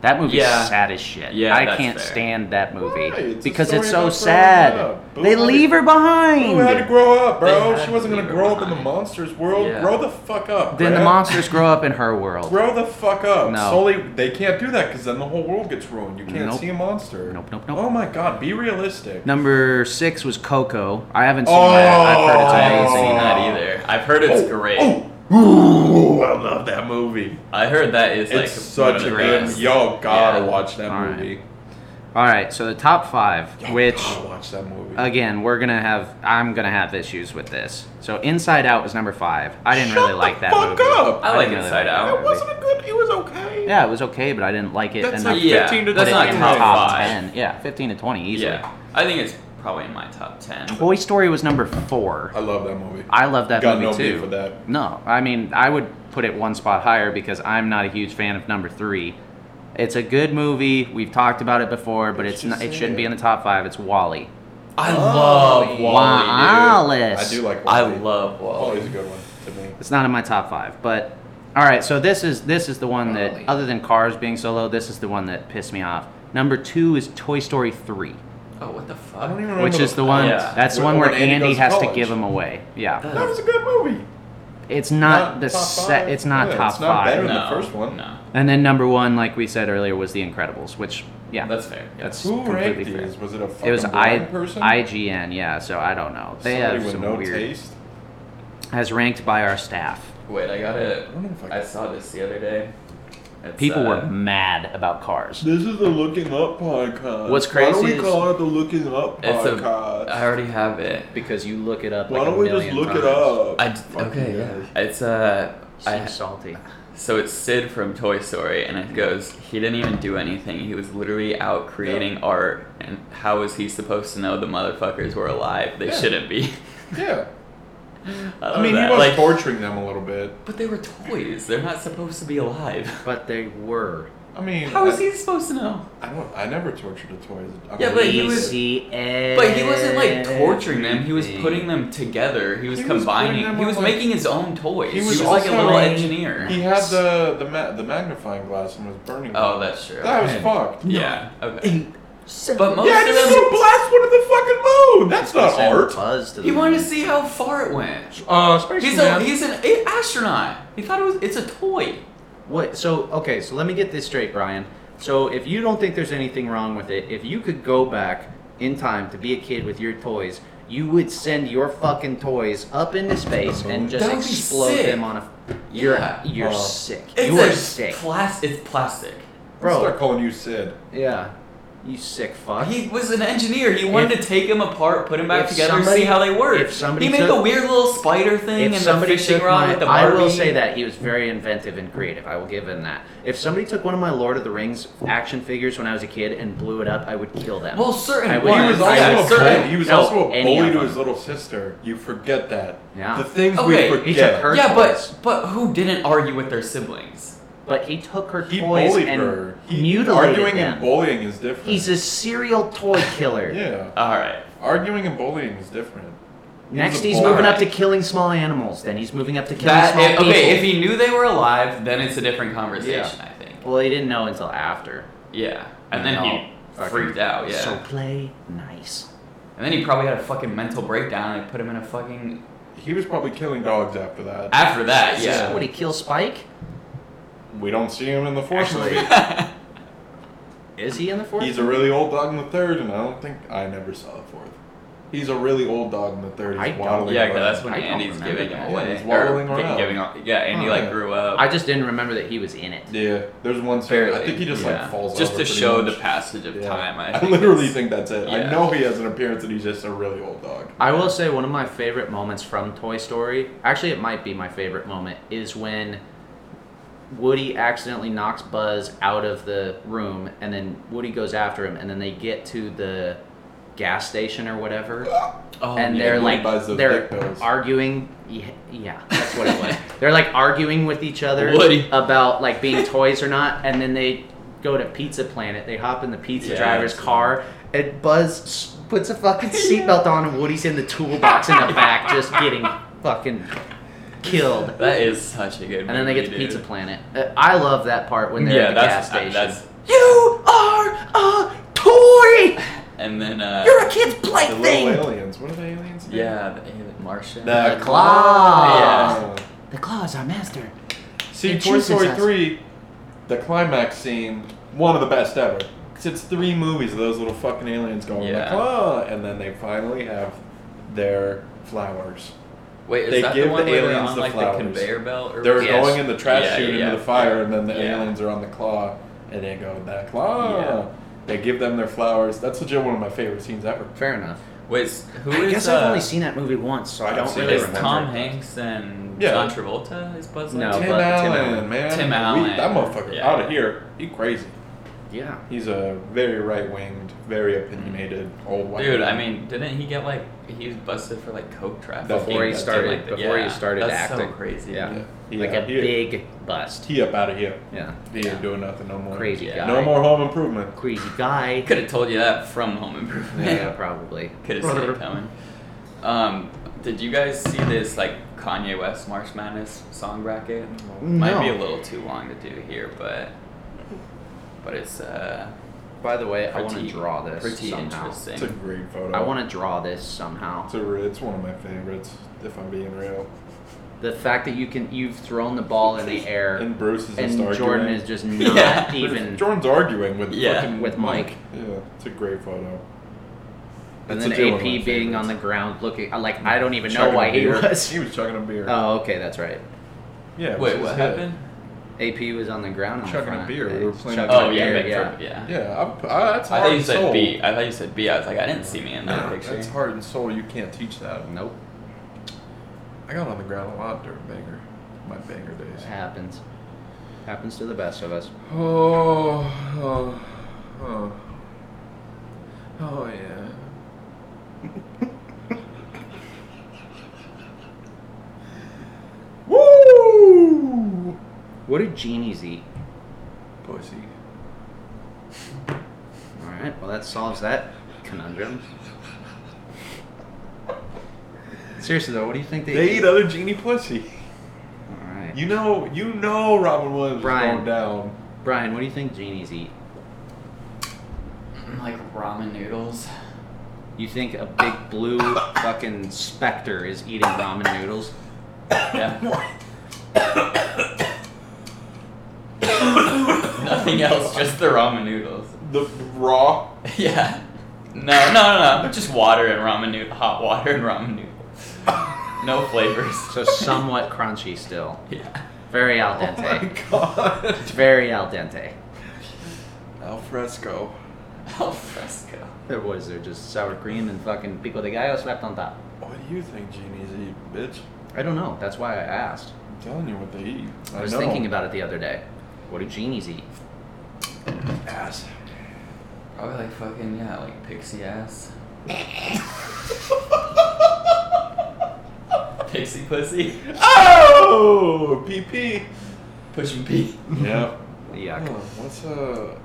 That movie's Yeah. sad as shit. Yeah, I that's can't fair. stand that movie Why? It's a because it's story about so growing sad. up. Boo They had leave to- her Who had to behind. grow up, They bro? had She wasn't to gonna leave grow her up in the behind. monsters world. Yeah. Grow the fuck up. Then the Brad. monsters grow up in her world. Grow the fuck up. No. Slowly, they can't do that because then the whole world gets ruined. You can't Nope. see a monster. Nope, nope, nope. Oh my god, be realistic. Number six was Coco. I haven't seen Oh, that. I've heard it's I amazing. haven't seen that either. I've heard it's great. Oh, ooh, I love that movie. I heard that is It's like one such of a the good. best. Y'all gotta Yeah. watch that All right. movie. All right, so the top five, Y'all which gotta watch that movie. again we're gonna have, I'm gonna have issues with this. So Inside Out was number five. I didn't Shut really the like that fuck movie. up. I like didn't really Inside that Out. it movie. wasn't a good. It was okay. Yeah, it was okay, but I didn't like it That's enough like to Yeah, 15 to put that's it 20. not in top top, five. ten. Yeah, fifteen to twenty easily. Yeah, I think it's probably in my top ten. Toy Story was number four. I love that movie. I love that Got movie no too. beef with that. No, I mean I would put it one spot higher because I'm not a huge fan of number three. It's a good movie. We've talked about it before, but it's not, it shouldn't be in the top five. It's Wally. Oh, I love Wally, dude. Wallace. I do like I Wally. love Wally's a Wally. good one to me. It's not in my top five, but all right. So this is this is the one that, other than Cars being so low, this is the one that pissed me off. Number two is Toy Story three, Oh, what the I don't fuck? even remember. which is the one Yeah. that's the When- one where when Andy Andy goes to has to college. give him away. Yeah, That was a good movie. it's not, the top set. five. It's not Yeah, top it's not five. better than No, the first one. No, And then number one, like we said earlier, was The Incredibles, which yeah, that's fair. Yeah. that's Who completely ranked fair. these? Was it a fucking It was I, blind person? IGN, yeah. So I don't know. They Somebody have with some no weird taste. as ranked by our staff. Wait, I got it. I wonder if I I can- saw this the other day. It's, People were uh, mad about Cars. This is the looking up podcast. What's Why don't crazy we is- call it the looking up It's a. podcast? I already have it. because you look it up. Why like don't a we just million look it times. up? I d- Oh, Fuck okay, you yeah. guys. It's uh, I, Seems salty. so it's Sid from Toy Story, and it goes. He didn't even do anything. He was literally out creating art, and how was he supposed to know the motherfuckers were alive? They Yeah. shouldn't be. Yeah. I, love I mean, he that. was like, torturing them a little bit. but they were toys. They're not supposed to be alive. But they were. I mean, How is I- he supposed to know? I don't. I never tortured a toy. I Yeah, mean, but he was- Easy But he wasn't like torturing them. He was everything. putting them together. He was He was putting combining. them he on, was like- making his own toys. He He was was, like a also, little like- engineer. He had the the ma- the magnifying glass and was burning. oh, it. that's true. that was Okay. fucked. Yeah. Okay. But most Yeah, I of just them, go blast one of the fucking moon. That's not art. Buzz to he the wanted to see how far it went. Uh, Space He's a, he's an a- astronaut. He thought it was it's a toy. What? So okay. So let me get this straight, Brian. So if you don't think there's anything wrong with it, if you could go back in time to be a kid with your toys, you would send your fucking toys up into space and just That would be explode sick. them on a. Yeah. You're you're Oh. sick. It's you are a sick, plas- It's plastic. I'll bro. start calling you Sid. Yeah. You sick fuck. Uh, He was an engineer. He wanted If- to take them apart, put them back if together, and somebody- see how they work. if somebody he made took- the weird little spider thing if and the somebody fishing took rod my, with the I Barbie. will say that he was very inventive and creative. I will give him that. If somebody took one of my Lord of the Rings action figures when I was a kid and blew it up, I would kill them. Well, certain I I would- He was also Yeah, yeah, a certain- bully. He was no, also a any bully of to them. his little sister. You forget that. Yeah. The things Okay, we he forget. he took her yeah, toys, but but who didn't argue with their siblings? but he took her He toys bullied and her. He, mutilated arguing them. and bullying is different. He's a serial toy killer. yeah. All right. Arguing and bullying is different. He was Next, a he's bully. moving up to killing small animals. Then he's moving up to killing That small if- people. okay, if he knew they were alive, then it's a different conversation, I think. well, he didn't know until after. Yeah. And No. then he Fucking- freaked Oh, out, yeah. So play nice. and then he probably had a fucking mental breakdown and they put him in a fucking He was probably killing dogs after that. after that, So yeah. would he kill Spike? We don't see him in the fourth Actually, movie. Is he in the fourth? He's a really old dog in the third, and I don't think I never saw the fourth. He's a really old dog in the third. He's I don't- waddling. Yeah, around. 'cause that's when I don't Andy's remember giving that. him Yeah, away. he's waddling or, around. Giving up. Yeah, Andy Oh, like yeah. grew up. I just didn't remember that he was in it. Yeah, there's one scene. barely. I think he just yeah. like falls Just over to pretty show much. the passage of Yeah. time. I, I, think literally it's- think that's it. yeah. I know he has an appearance and he's just a really old dog. I will say one of my favorite moments from Toy Story, actually it might be my favorite moment, is when Woody accidentally knocks Buzz out of the room and then Woody goes after him and then they get to the gas station or whatever Oh, and yeah. they're Woody like buys those they're dick pills. arguing yeah, yeah that's what it was they're like arguing with each other Woody. about like being toys or not and then they go to pizza planet they hop in the pizza Yeah. driver's car and buzz s- puts a fucking seatbelt on and woody's in the toolbox in the back just getting fucking killed That is such a good and then they get movie, to dude. pizza planet Uh, i love that part when they're yeah, at the gas that's, station that's you are a toy and then uh you're a kid's The plaything little aliens. What are the aliens? named? yeah, the alien Martian. The, The claw. the claws are master See, It Toy Story chooses us. three, the climax scene, one of the best ever. 'Cause it's three movies of those little fucking aliens going Yeah. the claw, and then they finally have their flowers. Wait, is They that give the one the where they're aliens on the like flowers. the conveyor belt? Or They're whatever? going in the trash Yeah, chute yeah, into the fire, yeah. and then the Yeah. aliens are on the claw, and they go the claw. Yeah. They give them their flowers. That's legit one of my favorite scenes ever. fair enough Wait, s- who is? I guess uh, I've only seen that movie once, so I I've don't seen really it. Is remember. Tom Hanks and Yeah. John Travolta? Is Buzz No. Lightyear? Tim but Tim Allen, Allen. man, Tim We- Allen. that motherfucker Yeah. out of here. He crazy. Yeah. He's a very right-winged, very opinionated old white. Dude, I man. mean, didn't he get like he was busted for like coke trafficking Before he and stuff started- like that? before he Yeah, started that's acting. So crazy. Yeah. Yeah. He, Like uh, a he- big bust. he up out of here. Yeah. He ain't doing nothing no more. Crazy Yeah. guy. No more home improvement. Crazy guy. Could have told you that from Home Improvement. Yeah, probably. Could have seen it coming. Um, did you guys see this like Kanye West Marsh Madness song bracket? Might be a little too long to do here, but but it's uh By the way, I pretty, want to draw this pretty somehow. interesting. It's a great photo. I want to draw this somehow. It's, a, re- it's one of my favorites, if I'm being real. The fact that you can you've thrown the ball in the air And Bruce is and just arguing. Jordan is just not Yeah. even. Jordan's arguing with Yeah, fucking with Mike. Yeah, it's a great photo. And It's then legit one of my AP being on the favorites. ground looking like I don't even know Chugging why a he beer. was. He was chugging a beer. Oh, okay, that's right. yeah. it was Wait, his what head. happened? AP was on the ground. on the Chugging a front. beer. We Hey, were playing- chugging Oh a yeah, beer, Big yeah. Trump, yeah. Yeah, I'm, I, that's I hard thought you and said soul. B. I thought you said B. I was like, I didn't see me in that picture. That's heart and soul. You can't teach that. Nope, I got on the ground a lot during Banger, my Banger days. it happens. Happens to the best of us. Oh, oh, oh, oh yeah. Woo! What do genies eat? Pussy. All right, well that solves that conundrum. Seriously though, what do you think they, They eat other genie pussy. All right, You know, you know, Robin Williams is Brian. going down. Brian, what do you think genies eat? Like ramen noodles. You think a big blue fucking specter is eating ramen noodles? Yeah. Nothing else, just the ramen noodles. The raw. yeah. No, no, no, no. Just water and ramen noodle, hot water and ramen noodles. No flavors. So somewhat crunchy still. yeah. Very al Oh my dente. god. it's very al dente. Al fresco. Al Oh, fresco. There was there just sour cream and fucking pico de gallo slapped on top. What do you think genies eat, bitch? I don't know. That's why I asked. I'm telling you what they eat. I was know. thinking about it the other day. What do genies eat? ass. Probably like fucking, yeah, like pixie ass. pixie pussy. Oh, PP. Pushing pee. Yep. Yuck. Huh, what's uh?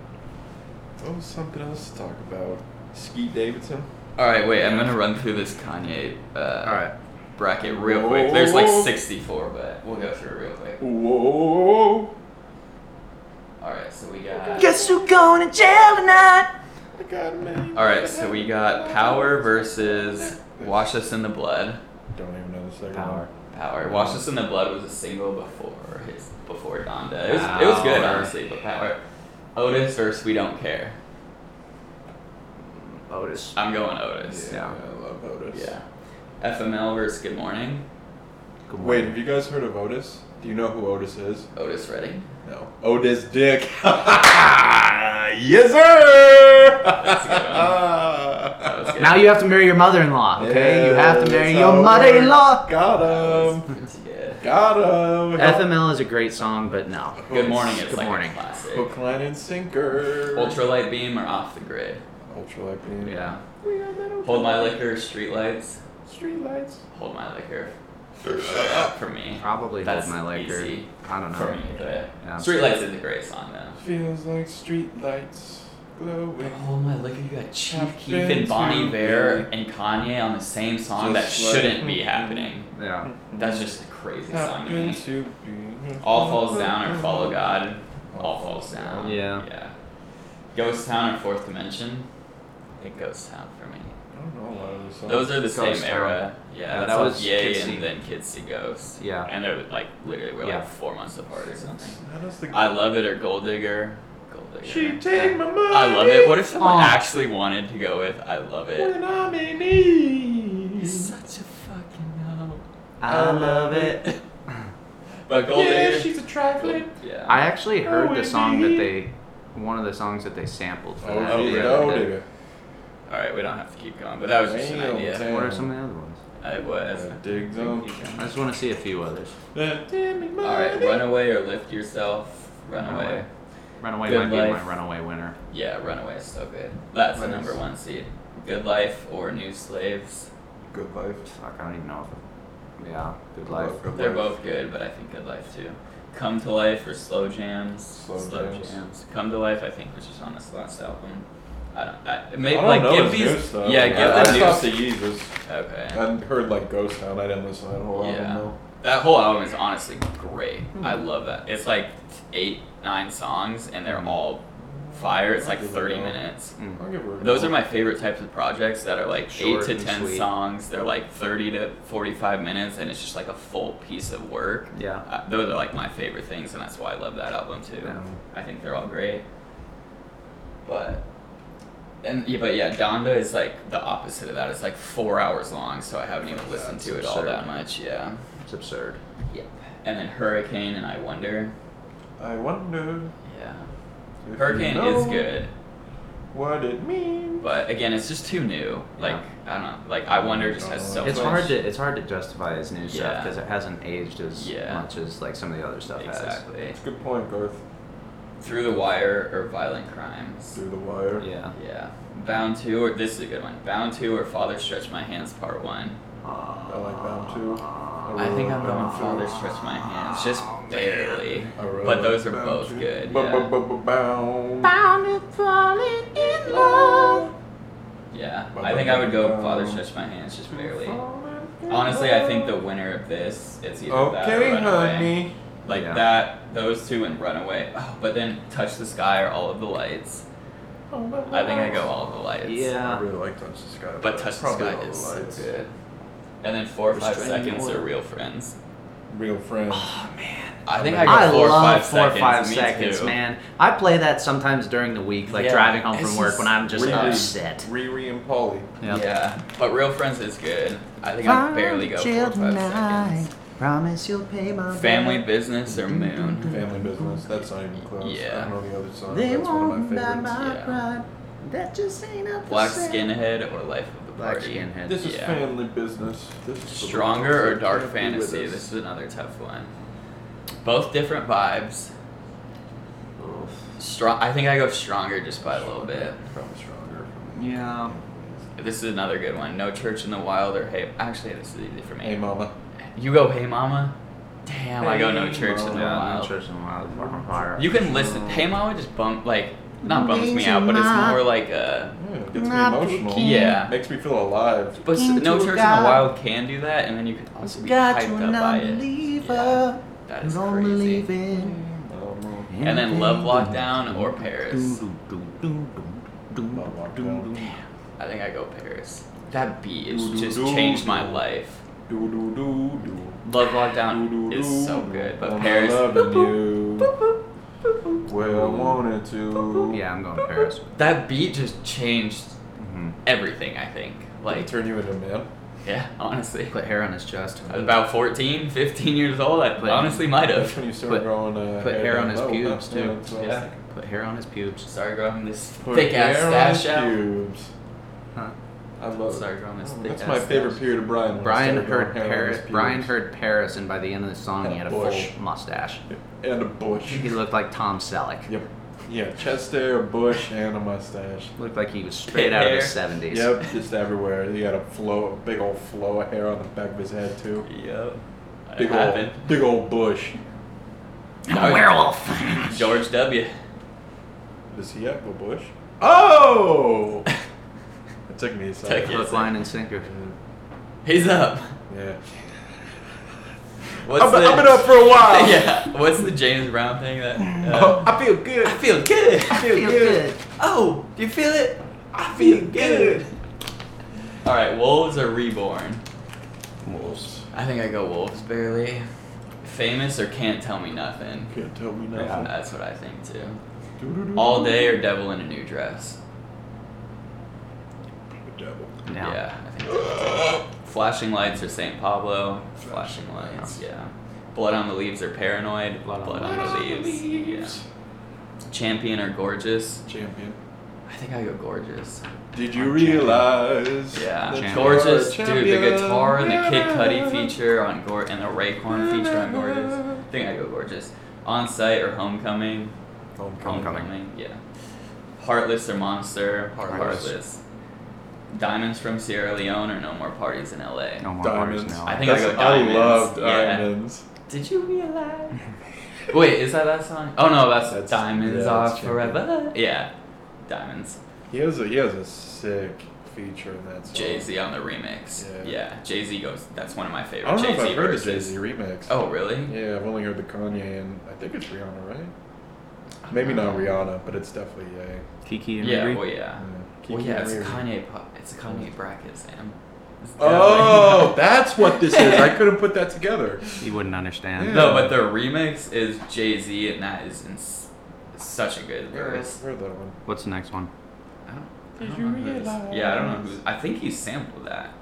What was something else to talk about? Skeet Davidson. Alright, wait, I'm gonna run through this Kanye uh, Alright. bracket real quick. There's like Whoa. 64, but we'll go through it real quick. Whoa! Alright, so we got. Guess who's going to jail tonight? I got me. Alright, so we got Power versus Wash Us in the Blood. Don't even know the second Power. Power. Wash Us in the Blood was a single before his before Donda. It was, it was good, Power. honestly, but Power. Otis versus We Don't Care. Otis. I'm going one. Otis. Yeah, I love Otis. Yeah. FML versus Good Morning. Good Wait, morning. have you guys heard of Otis? Do you know who Otis is? Otis Redding. No. Otis Dick. yes, sir. That's a good one. That was good. Now you have to marry your mother-in-law, okay? you have to Yeah, marry that's your how it mother-in-law. works. Got That him. was pretty good. Got him. FML is a great song, but no. Good morning is Good like morning. a classic. Hook, line, and sinker. Ultralight beam or off the grid. Ultralight beam. Yeah. We are metal. Hold my liquor, streetlights. Streetlights. Hold my liquor. For me. Probably That's hold my liquor. easy I don't For know. me, but Yeah. Streetlights is a great song though. Feels like streetlights glowing. Hold my liquor, you got Chief Happens Keef and Bonnie to Bear and Kanye on the same song that Just like- shouldn't be happening. Yeah. That's just a crazy song to Happen me. to be. All Falls Down or Follow God. All Falls Down. Yeah. Yeah. Ghost Town or Fourth Dimension. I think Ghost Town for me. I don't know a lot of those songs. Those are the Ghost same Town. era. Yeah, Yeah, that that was was Yay Kids and See- then Kids See Ghosts. Yeah. And they were like literally were Yeah. like four months apart or something. How does the I love it or Gold Digger. Gold Digger. She take my money. I love it. What if someone Aw. actually wanted to go with I love it? When I'm in need. He's such a fucking no. I love it. But Gold Yeah, Digger. she's a trifling. Gold- yeah. I actually heard the Indeed. song that they, one of the songs that they sampled for that. Oh, yeah. yeah. Really Oh, good. nigga. All right, we don't have to keep going, but that was just an Damn, idea. damn. What are some of the other ones? I was. That dig zone. I just want to see a few others. That damn All right, Runaway or Lift Yourself. Runaway. Runaway. Runaway Good might be my life. runaway winner. Yeah, Runaway is so good. That's the Nice. number one seed. Good Life or New Slaves. Good life. Fuck, I don't even know if. Yeah, good Good life. life, good They're life. both good, but I think Good Life too. Come to Life or Slow Jams. Slow Jams. Come to Life, I think, was just on this last album. I don't. I, maybe I don't like know give his new these. stuff. Yeah, I give them stopped new. to Yeezus. Okay. I heard like Ghost Town. I didn't listen to that whole Yeah. album though. That whole album is honestly great. I love that. It's like eight, nine songs, and Hmm. they're all fire. It's like Give it a 30 go. minutes. Mm. I'll give her a Those go. are my favorite types of projects that are like Short eight to and ten sweet. songs. They're like thirty to forty-five minutes, and it's just like a full piece of work. Yeah. Uh, those are like my favorite things, and that's why I love that album too. Yeah. I think they're all great. But and yeah, but yeah, Donda is like the opposite of that. It's like four hours long, so I haven't even listened to it all absurd. that much. Yeah. It's absurd. Yep. And then Hurricane and I Wonder. I wondered. Yeah. if you Hurricane know is good. What it means. But again, it's just too new. Like I don't know. Like I wonder just has so It's much. hard to it's hard to justify his new stuff Yeah. because it hasn't aged as Yeah. much as like some of the other stuff Exactly. It's a good point, Garth. Through the Wire or Violent Crimes. Through the wire. has. Yeah. Yeah. Bound to or this is a good one. Bound to or Father Stretch My Hands Part One. I like Bound too. I think I'm Bound going Father Stretch My Hands, just barely. I really but like those are Bound both too. good. Bu- bu- Yeah. bu- bu- bound. yeah. bu- I think bu- I would go bu- Father Stretch My Hands, just barely. Honestly, I think the winner of this it's either that or Okay, Runaway. honey. Like Yeah. that, those two and Runaway. Oh, but then Touch the Sky or All of the Lights. I think I go All of the Lights. I Yeah. really like Touch the Sky. But Touch the probably Sky all is so lights. good. And then four or five Restraining seconds order. are real friends. Real friends. I think I go I four or love five four or seconds. five me seconds, too. man. I play that sometimes during the week, like Yeah. driving home It's from work just when I'm just really- upset. Riri and Polly. Yeah. Yeah, but Real Friends is good. I think I barely go four or five seconds. Promise you'll pay my Family Business or Moon. Family business. That's not even close. Yeah. I don't know the other song. They That's one of won't my buy favorites. my yeah. pride. That just ain't up for Black sale. Skinhead or Life of the Black Party. skinhead. This is Yeah. family business. This is for Stronger the or ones that Dark can't be with Fantasy. us. This is another tough one. Both different vibes. Oh, Strong. I think I go stronger just by a little bit. Probably stronger. for me. Yeah. This is another good one. No Church in the Wild or Hey. Actually, this is easy for me. Hey, mama. You go, hey mama. Damn, I go no Hey, church in the Mama. Yeah, no wild. church in the wild is fucking fire. You can listen. Hey mama just bump like not bums me out, but it's more like uh Yeah, it gets me Not emotional. looking. yeah. Makes me feel alive. But s- no Into church in the God. wild can do that, and then you can also be Got hyped you up an by it. Yeah, unbeliever. that is Don't believe crazy. in Um, And then Love Lockdown or Paris. Love Lockdown. I think I go Paris. That beat Doo, is doo, just doo, changed doo. my life. Do do do do. Love Doo, Lockdown doo, is doo. so good, but I'm Paris. loving you. Well, I wanted to. Yeah, I'm going Paris. That beat just changed Mm-hmm. everything. I think. Like Like turn you into a man. yeah, honestly. Put hair on his chest. I was about 14, 15 years old. I But- honestly might That's have. when you start Put- growing. Uh, put hair down on his low. pubes, too. that's what I was Yeah. thinking. Put hair on his pubes. Started growing this Put thick ass hair on stash his out. Pubes. Huh? I love it. Started growing this Oh, thick That's ass my favorite stash. period of Brian. when I Brian started heard growing hair on his Paris. pubes. Brian heard Paris, and by the end of the song, he had a Bush. full mustache. And a bush. He looked like Tom Selleck. Yep. Yeah, chest hair, a bush, and a mustache. Looked like he was straight out of the seventies. Yep, just everywhere. He had a flow, a big old flow of hair on the back of his head too. Yep. That Big happened. old, big old bush. George- werewolf. George W. Does he have a bush? Oh! it took me a Took second. you. Hook, line, and sinker. He's up. Yeah. What's I've, been, the, I've been up for a while. yeah. What's the James Brown thing that? Oh, Uh, I feel good. I feel good. feel good. Oh, do you feel it? I feel good. All right, wolves are reborn. Wolves. I think I go wolves barely. Famous or can't tell me nothing. Can't tell me nothing. That's what I think too. Doo-doo-doo. All day or devil in a new dress. The devil. Now, Yeah, I think so. Flashing lights or St. Pablo. Flashing lights, yeah. Blood on the leaves or paranoid. Blood, on, the leaves. Yeah. Champion or gorgeous. Champion. I think I go gorgeous. Did you realize? Yeah, that you gorgeous, are a dude. The champion? guitar and the Kid Cudi feature on Gor and the Raycorn feature on gorgeous. I think I go gorgeous. On site or homecoming. Homecoming. Yeah. Heartless or Monster. Heartless. Diamonds from Sierra Leone or No More Parties in LA. No more parties Diamonds. now. I think I That's, go I diamonds. love Yeah. diamonds. Did you realize? Wait, is that that song? Oh no, that's, That's- Diamonds yeah, Are that's Champion. Forever. Yeah. Diamonds. He has a he has a sick feature in that song. Jay Z on the remix. Yeah. Yeah. Jay Z goes. That's one of my favorite. I don't know Jay-Z if I've heard verses. the Jay Z remix. Oh really? Yeah, I've only heard the Kanye and I think it's Rihanna, right? Maybe not Rihanna, but it's definitely Ye. Kiki and Yeah. Riri? Uh, Well, yeah. Yeah. Well, Kiki yeah. It's Marie. Kanye. po- It's a Kanye bracket, Sam. It's Oh, definitely- that's what this is. I couldn't put that together. You wouldn't understand. Yeah. No, but the remix is Jay Z, and that is ins- such a good Yeah, I've verse. heard that one. What's the next one? I don't, I don't know who this- Yeah, I don't know who. I think he sampled that.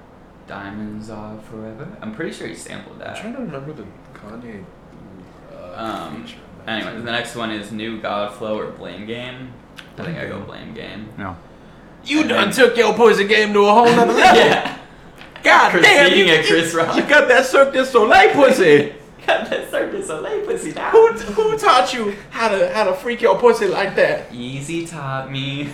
Diamonds are forever. I'm pretty sure he sampled I'm that. trying to remember the Kanye. Uh, Um, feature in that Anyway, the song. next one is New Godflow or Blame Game. I think I go Blame Game. No. You And done then- took your poison game to a whole nother level. yeah. God damn, Proceeding you- at Chris Rock. You got that Cirque du Soleil pussy. God, that Circus Soleil pussy now. who, who taught you how to how to freak your pussy like that? Easy taught me.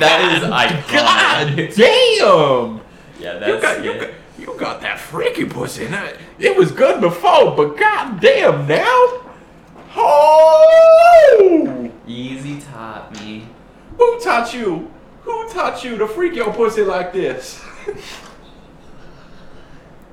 that is Oh God iconic. damn. Yeah, You that's got, you, it. got, you got that freaky pussy. Now, it was good before, but goddamn now. Oh! Easy taught me. Who taught you? Who taught you to freak your pussy like this?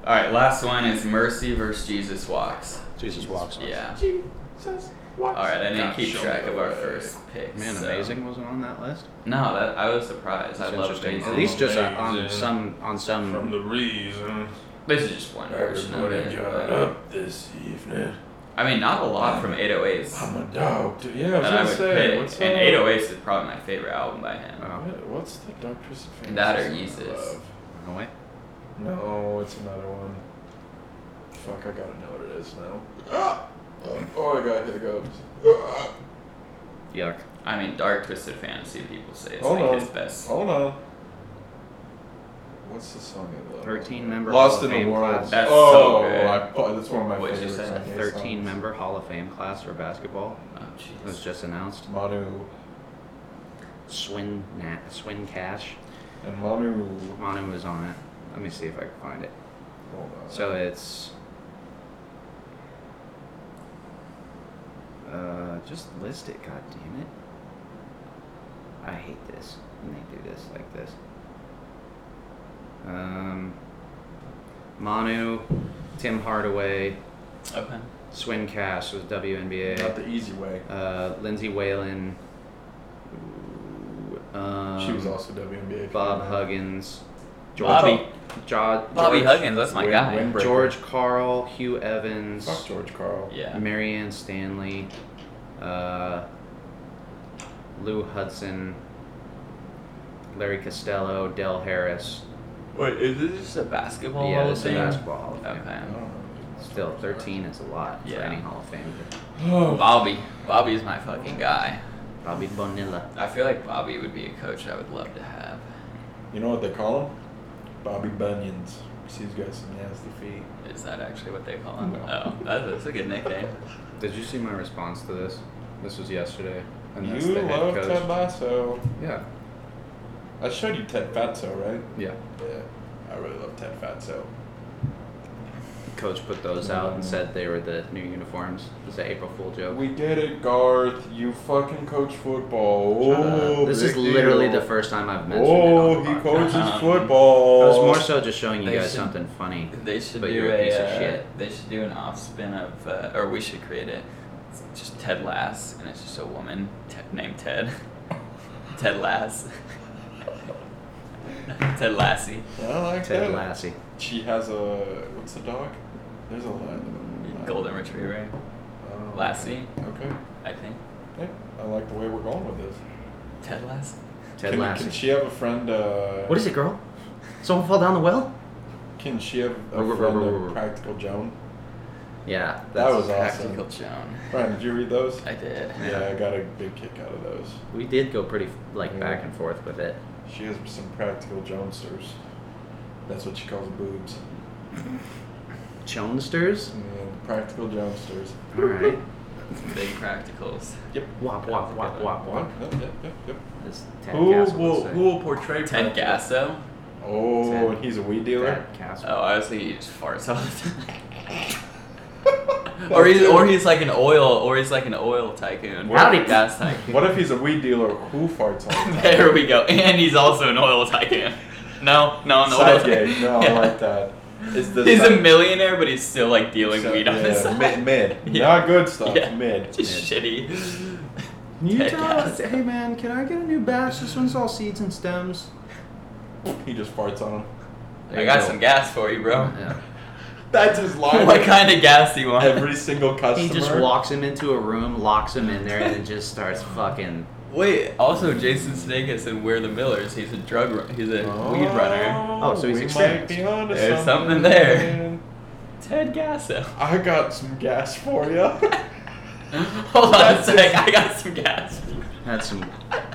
All right, last one is Mercy versus Jesus Walks. Jesus Walks. Yeah. Jesus. What? All right, I didn't God, keep show track me of the our way. first picks. Man, so- amazing wasn't on that list. No, that, I was surprised. I That's love interesting. amazing. At least just uh, on Amazing. some on From some. the reason this is just one version of everybody it. got but- up this evening. I mean, not a lot from 808s. I'm a dog. Dude, yeah, I was that I gonna would say. pick, What's and uh, 808s is probably my favorite album by him. Oh, what- What's the Dr. Seuss That or song I Yeezus. love? no way. No, it's another one. Fuck, I gotta know what it is now. Ah! Oh, I got hiccups. Ah! Yuck. I mean, Dark Twisted Fantasy, people say it's Hold like on. Oh, his best. Hold on. What's the song I love? Thirteen member. Lost in Hall of the Fame World. Class. That's oh, so good. I, oh, that's one of my What'd you favorite say? Kanye Thirteen songs. member Hall of Fame class for basketball Oh, It was jeez. just announced. Manu. Swin Nat Swin Cash. And Manu. Manu was on it. Let me see if I can find it. Hold on. So it's uh, just list it. God damn it! I hate this when they do this like this. Um, Manu, Tim Hardaway, Okay. Swin Cash was Not WNBA. the easy way. Uh, Lindsey Whalen. Um, she was also WNBA. Bob player. Huggins. Bobby. Jo- Bobby George- Huggins, that's my Win- guy. win- George Carl, Hugh Evans, Fuck George Carl. Yeah. Marianne Stanley, uh, Lou Hudson, Larry Costello, Dell Harris. Wait, is this just a basketball yeah, Hall this of is Fame? basketball Hall of Fame. Okay. Still, 13 is a lot for Yeah. any Hall of Fame. Oh. Bobby. Bobby's my fucking guy. Bobby Bonilla. I feel like Bobby would be a coach I would love to have. You know what they call him? Bobby Bunions. 'Cause He's got some nasty feet. Is that actually what they call him? No. Oh, that- that's a good nickname. Did you see my response to this? This was yesterday. And that's you the head love coach. Ted Lasso. Yeah. I showed you Ted Fatso, right? Yeah. Yeah. I really love Ted Fatso. Coach put those out and said they were the new uniforms. It's an April Fool joke. We get it, Garth. You fucking coach football. Uh, Oh, this is big literally deal. the first time I've mentioned Oh, it. on he the podcast. coaches Um, I football. was more so just showing you They guys should- something funny. They should But do you're a a, piece of uh, shit. They should do an offspin of, uh, or we should create it. It's just Ted Lass, and it's just a woman te- named Ted. Ted Lass. Ted Lassie. I like Ted that. Lassie. She has a what's the dog? There's a lot. Golden Retriever. Oh, Lassie, Okay. I think. Yeah, I like the way we're going with this. Ted Lass. Ted can, Lassie. Can she have a friend? Uh, What is it, girl? Someone fall down the well? Can she have a Rubber, friend rubber, of rubber. Practical Joan? yeah, That that's- was awesome. Practical Joan. Brian, did you read those? I did. Yeah, I got a big kick out of those. We did go pretty like Yeah. back and forth with it. She has some practical Jonesters. That's what she calls boobs. Chonesters. Yeah, practical Jonesters. All right. big practicals. Wop, wop, wop, wop, wop. Yep, yep, yep, yep. As Ted Who Castle would will say. who will portray Ted Practical? Gasso? Oh, Ted- and he's a weed dealer. Ted Castle. Oh, I was thinking he just farts all the time. or he's or he's like an oil or he's like an oil tycoon. Howdy. gas tycoon. What if he's a weed dealer who farts all the time? There we go. And he's also an oil tycoon. No, no, an oil Side gig. No, Yeah. I like that. It's the He's a side- millionaire, but he's still like dealing so- weed on the yeah, side. mid, mid. Yeah. not good stuff. Yeah. Mid. Just shitty. Can you Ted tell us, Gasso. hey man, can I get a new batch? This one's all seeds and stems. He just farts on him. There I you got go. some gas for you, bro. Yeah. That's his line. What kind of gas do you want? Every single customer. He just walks him into a room, locks him in there, and then just starts fucking. Wait, also Jason Sudeikis in We're the Millers. He's a drug. Run- he's a weed runner. Oh, so he's we might experienced. be onto There's something, something there. man. Ted Gasso. I got some gas for you. Hold on a sec. I got some gas. Had some,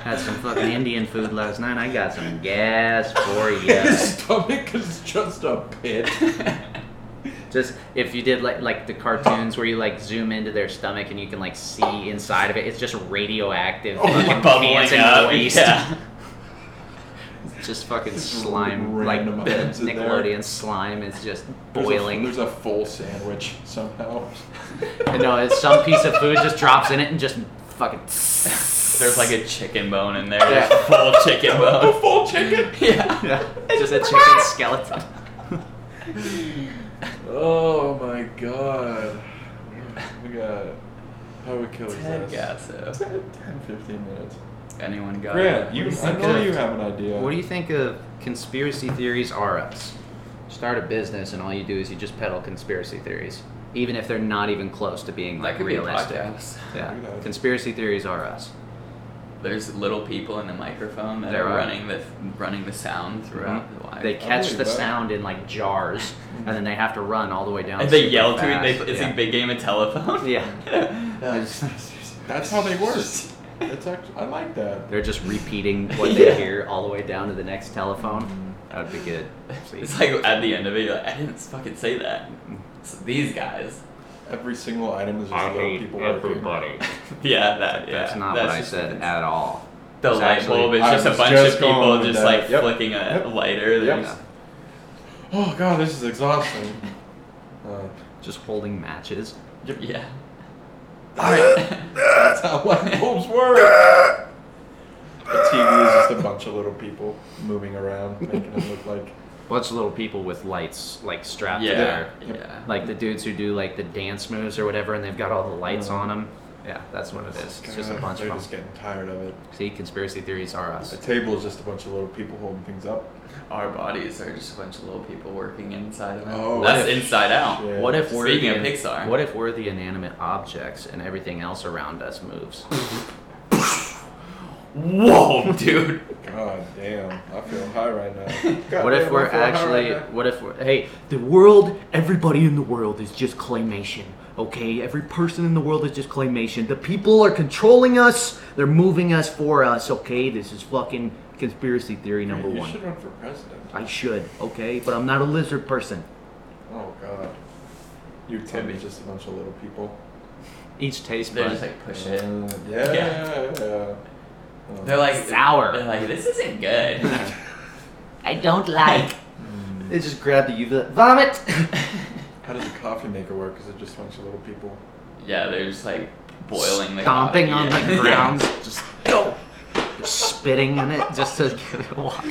had some fucking Indian food last night. I got some gas for His you. stomach is just a pit. Just if you did like like the cartoons where you like zoom into their stomach and you can like see inside of it, it's just radioactive Oh Oh, fucking cans Bubbling and up. waste. Yeah. Just fucking slime, like random bit of items in there. Nickelodeon slime is just There's a- boiling. There's a, full sandwich somehow. And no, it's some piece of food just drops in it and just fucking. There's like a chicken bone in there. Yeah. Just full chicken a bone. full chicken. Yeah. Yeah, just a chicken skeleton. Oh my god. We got how we kill Ted this. Gasso. 10, 15 minutes. Anyone got Grant, it? you, I What do you think know of- you have an idea. What do you think of conspiracy theories are us? Start a business and all you do is you just peddle conspiracy theories, even if they're not even close to being like That could be a realistic. podcast. Good yeah, idea. conspiracy theories are us. There's little people in the microphone that There are are. running the running the sound throughout the live. They catch believe the that. sound in like jars, and then they have to run all the way down. and they super yell to it. fast. They, it's yeah. a big game of telephone. Yeah. That's how they work. That's actually, I like that. They're just repeating what they Yeah. hear all the way down to the next telephone. That would be good. It's like at the end of it, you're like, I didn't fucking say that. It's these guys. Every single item is just little people everybody. Yeah, that. Yeah, That's not what I just- said at all. The It's light actually- bulb is I just a was bunch just of going people with just that. like Yep. flicking a Yep. lighter. They're Yep. just- Oh god, this is exhausting. Uh, Just holding matches. Yeah. that's how light bulbs work. A TV is just a bunch of little people moving around, making it look like Bunch of little people with lights like strapped Yeah. to their Yeah. like the dudes who do like the dance moves or whatever, and they've got all the lights Mm. on them. Yeah, that's what it is. It's just a God, bunch of They're them. just getting tired of it. See, conspiracy theories are us. A table is just a bunch of little people holding things up. Our bodies are just a bunch of little people working inside of it. Oh, That's shit. inside out. Shit. What if we're Speaking the, of Pixar. What if we're the inanimate objects and everything else around us moves? Whoa, dude. God damn, I feel high right now. God What if damn, we're I feel high actually? right now. What if we're? Hey, The world, everybody in the world is just claymation, okay? Every person in the world is just claymation. The people are controlling us, they're moving us for us, okay? This is fucking conspiracy theory number you one. should run for president. I should, okay? But I'm not a lizard person. Oh god, you tell me just a bunch of little people. each taste They're bud. just like push it. Uh, yeah. Yeah. yeah. They're like Sour. They're like this isn't good. I don't like. they just grab the UV. Vomit! Hmm. How does a coffee maker work? Is it just a bunch of little people? yeah, they're just like boiling the Stomping coffee. on yeah. the ground, just go! Just spitting in it just to get it wa-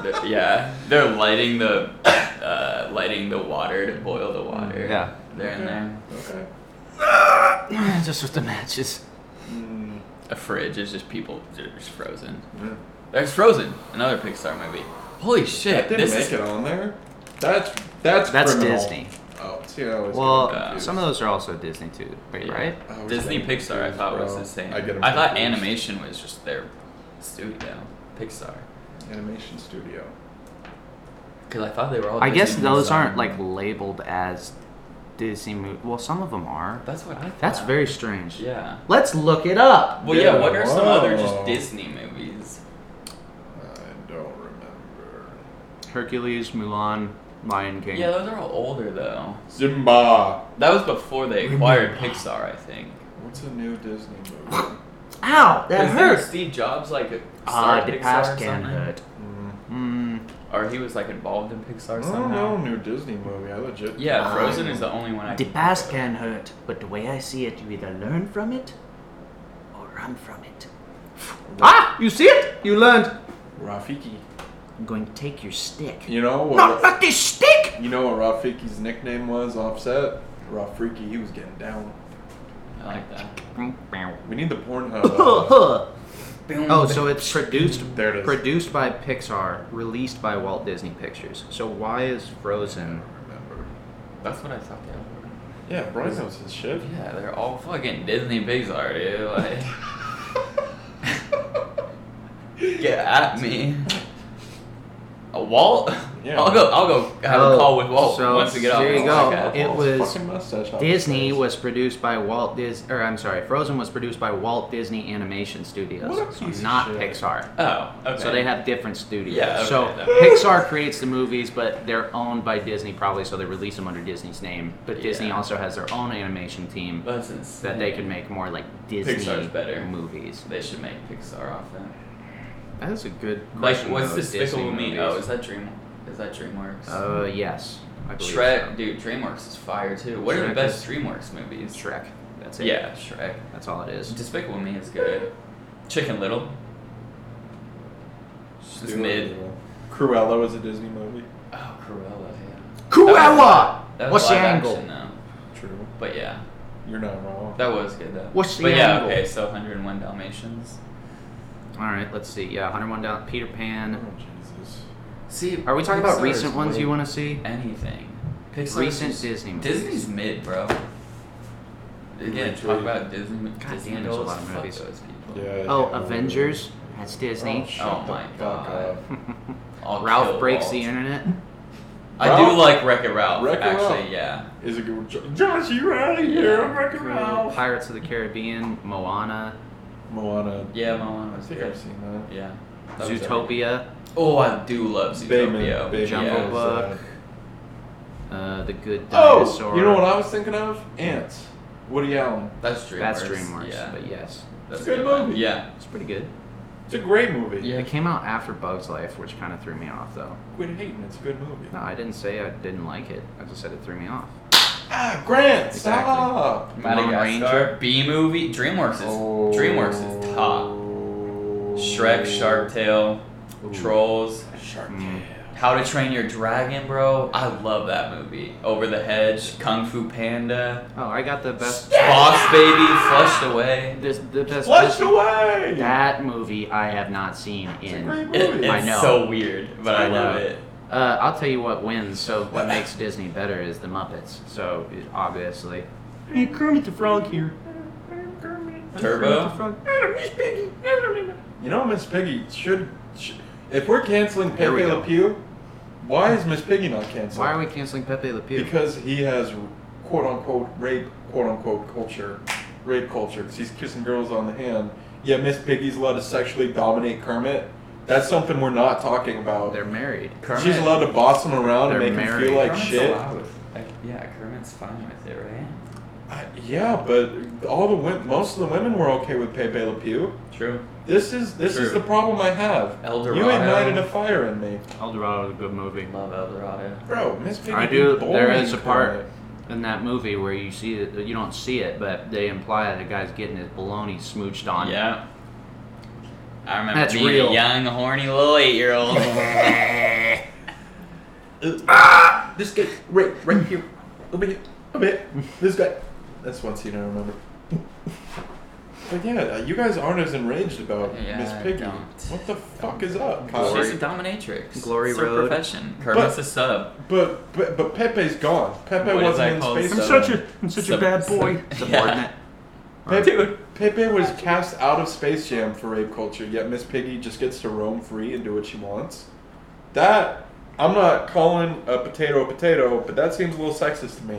They're- yeah, they're lighting the uh, lighting the water to boil the water. Yeah. they're in there. Okay. Just with the matches. Mm, A fridge is just people they're just frozen. yeah. There's Frozen, another Pixar movie. Holy shit! That didn't This make is it on there. That's that's That's criminal. Disney. Oh, see, I always Well, get uh, some of those are also Disney too, right? Yeah. right? I always Disney get Pixar. I confused, thought was bro. the same. I get 'em I thought confused. animation was just their studio, Pixar. Animation studio. Because I thought they were all. I guess Disney those design. aren't like labeled as Disney movies. Well, some of them are. That's what I. Thought. That's very strange. Yeah. Let's look it up! Well, yeah. What are some other Whoa. just Disney movies? I don't remember. Hercules, Mulan, Lion King. Yeah, those are all older though. Zimba. That was before they acquired Pixar, I think. What's a new Disney movie? Ow, that Is there hurts. Steve Jobs like a Ah, star the Pixar or past something? can hurt. Hmm. Mm. Or he was like involved in Pixar I don't know somehow. a new Disney movie. I legit. Yeah, Frozen is the only one I The can past think can hurt, but the way I see it, you either learn from it or run from it. Ah, you see it? You learned. Rafiki. I'm going to take your stick. You know Not what? not this stick! You know what Rafiki's nickname was? Offset. Rafiki. He was getting down. of. I like that. We need the Pornhub. uh, oh, so it's produced There it is. produced by Pixar, released by Walt Disney Pictures. So why is Frozen? remember. That's what I thought they Yeah, Brian knows his shit. were. Yeah, they're all fucking Disney Pixar, dude. Like, get at me. A Walt? Yeah. I'll go. I'll go have Oh, a call with Walt so once we get off. there this you go. podcast. It His was fucking mustache off his Disney face. was produced by Walt Dis, or I'm sorry, Frozen was produced by Walt Disney Animation Studios, What a so piece of not shit. Pixar. Oh, okay. So they have different studios. Yeah, okay, so that Pixar creates the movies, but they're owned by Disney probably, so they release them under Disney's name. But Disney Yeah. also has their own animation team That's insane. that they can make more like Disney Pixar's better. movies. They should make Pixar off that. That is a good Like, question. what's though, this Despicable Disney Me? Oh, is movies. that Dream? Is that DreamWorks? Uh, yes, I believe Shrek, so. dude. DreamWorks is fire too. What are Shrek the best is- DreamWorks movies? Shrek. That's it. Yeah, Shrek. that's all it is. Despicable Me is good. Chicken Little. It's Dude, uh, mid. Cruella was a Disney movie. Oh, Cruella. Yeah. Cruella! That was What's the live angle? Action, though. True. But yeah, You're not wrong. that was good though. What's the but yeah, angle? okay. So 101 Dalmatians. All right, let's see. Yeah, 101 down. Peter Oh, Pan. Jesus. See, Are we talking about Pixar recent is ones way- you want to see? Anything. Pixar's Recent just- Disney movies. Disney's mid, bro. Again, talk about Disney. damn, Disney there's a adults, lot of fuck movies. Those people. Yeah. Oh, yeah. Avengers. That's Disney. Oh, Oh shut my the fuck god. up. I'll Ralph kill breaks the Walt. internet. I Ralph? do like Wreck It Ralph. Wreck-It actually, Ralph. yeah. Is it good? Jo- Josh, you out of here? I'm wrecking Ralph. Pirates of the Caribbean, Moana, Moana. Yeah, Moana I was think good. I've seen that. Yeah. That was everything. Zootopia, Oh, I do love Bayman. Zootopia. Bayman Jungle is, yeah. Book. uh, uh, The Good Dinosaur. Oh, you know what I was thinking of? Ants. Woody Allen. That's DreamWorks. That's DreamWorks, Yeah. but yes, That's It's a good one. movie. Yeah. it's pretty good. It's a great movie. Yeah. It came out after Bug's Life, which kind of threw me off, though. Quit hating. It's a good movie. No, I didn't say I didn't like it. I just said it threw me off. Ah, Grant, Exactly. stop. Madagascar, B movie, DreamWorks is Oh. DreamWorks is top. Shrek, Shark Tale, Trolls, Shark Mm. How to Train Your Dragon, bro. I love that movie. Over the Hedge, Kung Fu Panda, Oh, I got the best. Boss Baby, Flushed Away. This, the best. Flushed away. That movie I have not seen It's a in. great It- movie. it's I know. so weird, but I, I love know. it. Uh, I'll tell you what wins. So what makes Disney better is the Muppets. So it- obviously, Hey, Kermit the Frog here. Turbo. You know, Miss Piggy should. sh if we're canceling Here we Pepe go. Le Pew, why is Miss Piggy not canceled? why are we canceling Pepe Le Pew? Because he has quote unquote rape quote unquote culture, rape culture. 'cause he's kissing girls on the hand. Yeah, Miss Piggy's allowed to sexually dominate Kermit. That's something we're not talking about. they're married. She's allowed to boss him around and make They're him married. feel like Kermit's shit. allowed with- like, yeah, Kermit's fine with it, right? I, yeah, but all the wom- most of the women were okay with Pepe Le Pew. True. This is this is True. the problem I have. El You Dorado. ignited a fire in me, El Dorado is a good movie. Love El Dorado. bro. Miss Piggy. I do. be There is a boring, part Kermit. in that movie where you see it. You don't see it, but they imply that the guy's getting his baloney smooched on. Yeah. I remember That's being real. a young, horny little eight-year-old. This guy, right, right here, over here, over here. This guy. That's one scene I remember. But yeah, uh, you guys aren't as enraged about Yeah, Miss I Piggy. don't. What the fuck is up, Kyle? She's a dominatrix. Glory it's her Road. profession. Kermit's But- a sub. But, but but Pepe's gone. Pepe What is that wasn't in called? space. I'm So- such a, I'm such a sub- bad boy. sub- Subordinate. Pepe, Dude. Pepe was cast out of Space Jam for rape culture, yet Miss Piggy just gets to roam free and do what she wants. That I'm not calling a potato a potato, but that seems a little sexist to me.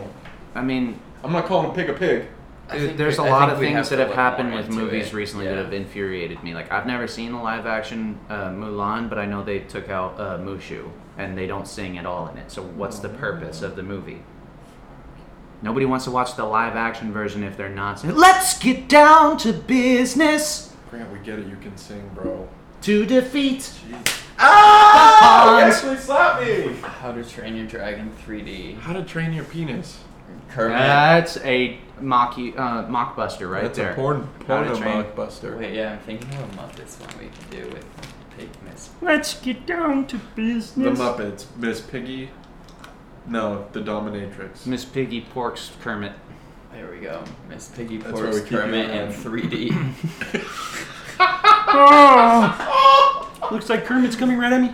I mean, I'm not calling a pig a pig. I Dude, think there's a we- I lot think of we things have that to have look happened more with into movies it. recently Yeah. that have infuriated me. Like I've never seen a live action uh, Mulan, but I know they took out uh, Mushu and they don't sing at all in it. So what's the purpose of the movie? Nobody wants to watch the live action version if they're not. Let's get down to business Grant, we get it. You can sing, bro. to defeat Ah! Hans. actually slapped me. How to Train Your Dragon 3D. How to train your penis? Kermit. That's a mock uh, mockbuster right That's there. a porn How to porno Train- blockbuster. Wait, yeah, I'm thinking of a Muppets one we can do with Pig Miss. Let's get down to The business. Muppets, Miss Piggy. No, the Dominatrix. Miss Piggy Porks Kermit. There we go. Miss Piggy That's where Porks we keep you Kermit in around. 3D. Looks like Kermit's coming right at me.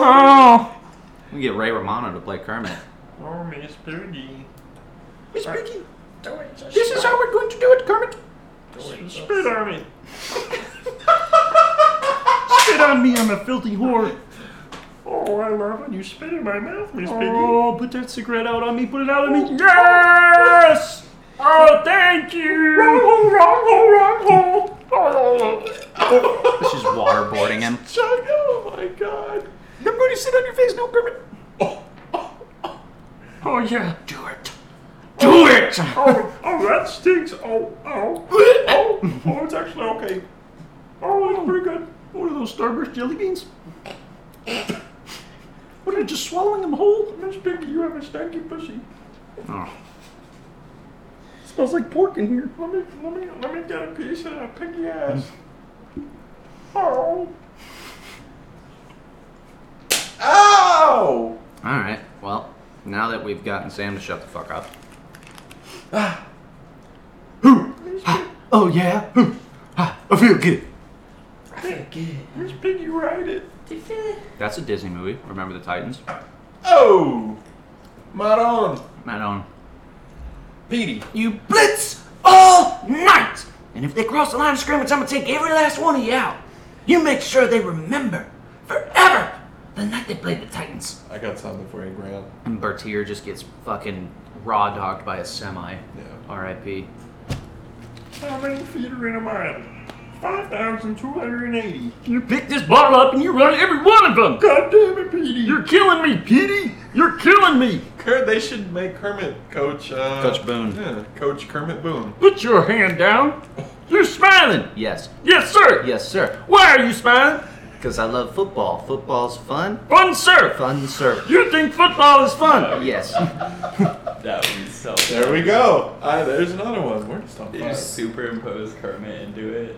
Ah. We get Ray Romano to play Kermit. Oh, Miss Piggy. This is how we're going to do it, Kermit. Spit on me. Spit on me, I'm a filthy whore. Oh, I love when you spit in my mouth, Miss Oh, put that cigarette out on me, put it out on me. Yes! Oh, thank you! Wrong hole, wrong hole, wrong hole! This is waterboarding him. Oh my God. I'm going to sit on your face now, Kermit. Oh, yeah. Do it. Do it! Oh, oh, that stinks. Oh, oh, oh, oh, it's actually okay. Oh, it's pretty good. What are those Starburst jelly beans? What are you just swallowing them whole? Miss Piggy, you have a stanky pussy. Oh. smells like pork in here. Let me, let me, let me get a piece of that piggy ass. Oh. Ow! All right. Well, now that we've gotten Sam to shut the fuck up, Ah. Oh yeah. Hmm. Ah, I feel good. Miss Piggy, ride it. that's a Disney movie. Remember the Titans? Oh! Right on. I don't. Petey. You blitz all night, and if they cross the line of scrimmage, I'm gonna take every last one of you out. You make sure they remember forever the night they played the Titans. I got something for you, Grant. And Bertier just gets fucking raw dogged by a semi. Yeah. R.I.P. How many feet are in a mile? 5,280. You pick this ball up and you run every one of them. God damn it, Petey. You're killing me, Petey. You're killing me. Kermit, they should make Kermit coach. Uh, Coach Boone. Yeah, Coach Kermit Boone. Put your hand down. You're smiling. Yes. Yes, sir. Yes, sir. Why are you smiling? Because I love football. Football's fun. Fun, sir. Fun surf. You think football is fun? Yes. That would be so There we go. Ah, there's another one. We're just on They fire. just superimpose Kermit into it.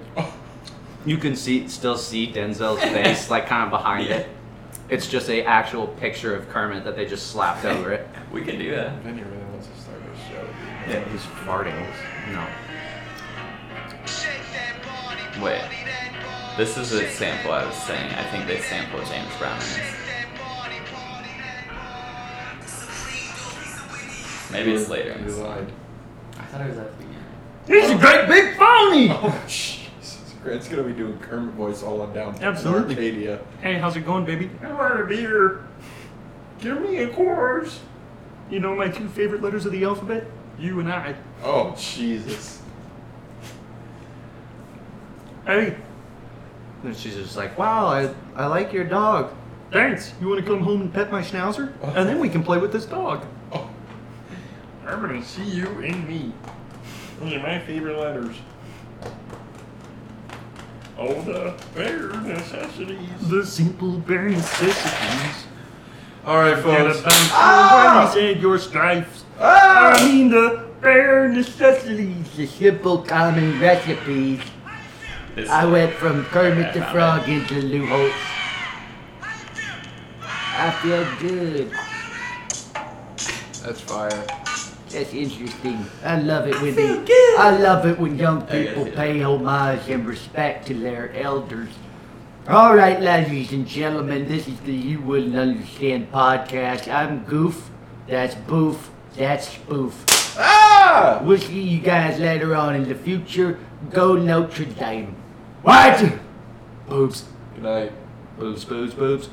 You can see, still see Denzel's face, like kind of behind it. It's just a actual picture of Kermit that they just slapped over it. We can do that. Vinny really wants to start this show. Yeah, he's farting. No. Wait. This is a sample I was saying. I think they sampled James Brown. in this. Maybe it's later. in You the song. lied. I thought it was at the beginning. He's a great big phony. Oh, Jesus. Grant's gonna be doing Kermit voice all on down. Absolutely. Arcadia. Hey, how's it going, baby? I want a beer. Give me a course. You know my two favorite letters of the alphabet? You and I. Oh, Jesus. Hey, And she's just like, wow, I, I like your dog. thanks. You want to come home and pet my schnauzer? And then we can play with this dog. Oh. I'm gonna see you in me. Those are my favorite letters. Oh, the bare necessities. The simple bare necessities. Alright, And folks. about ah! Ah! and your stripes. Ah! I mean the bare necessities. The simple common recipes. This went from Kermit the Frog into Lou Holtz. I feel good. That's fire. That's interesting. I love it when they, I love it when young people yeah. pay homage and respect to their elders. All right, ladies and gentlemen, this is the You Wouldn't Understand podcast. I'm Goof. That's Boof. That's Spoof. Ah! We'll see you guys later on in the future. Go Notre Dame. What? Boobs. Good night. Boobs, boobs, boobs.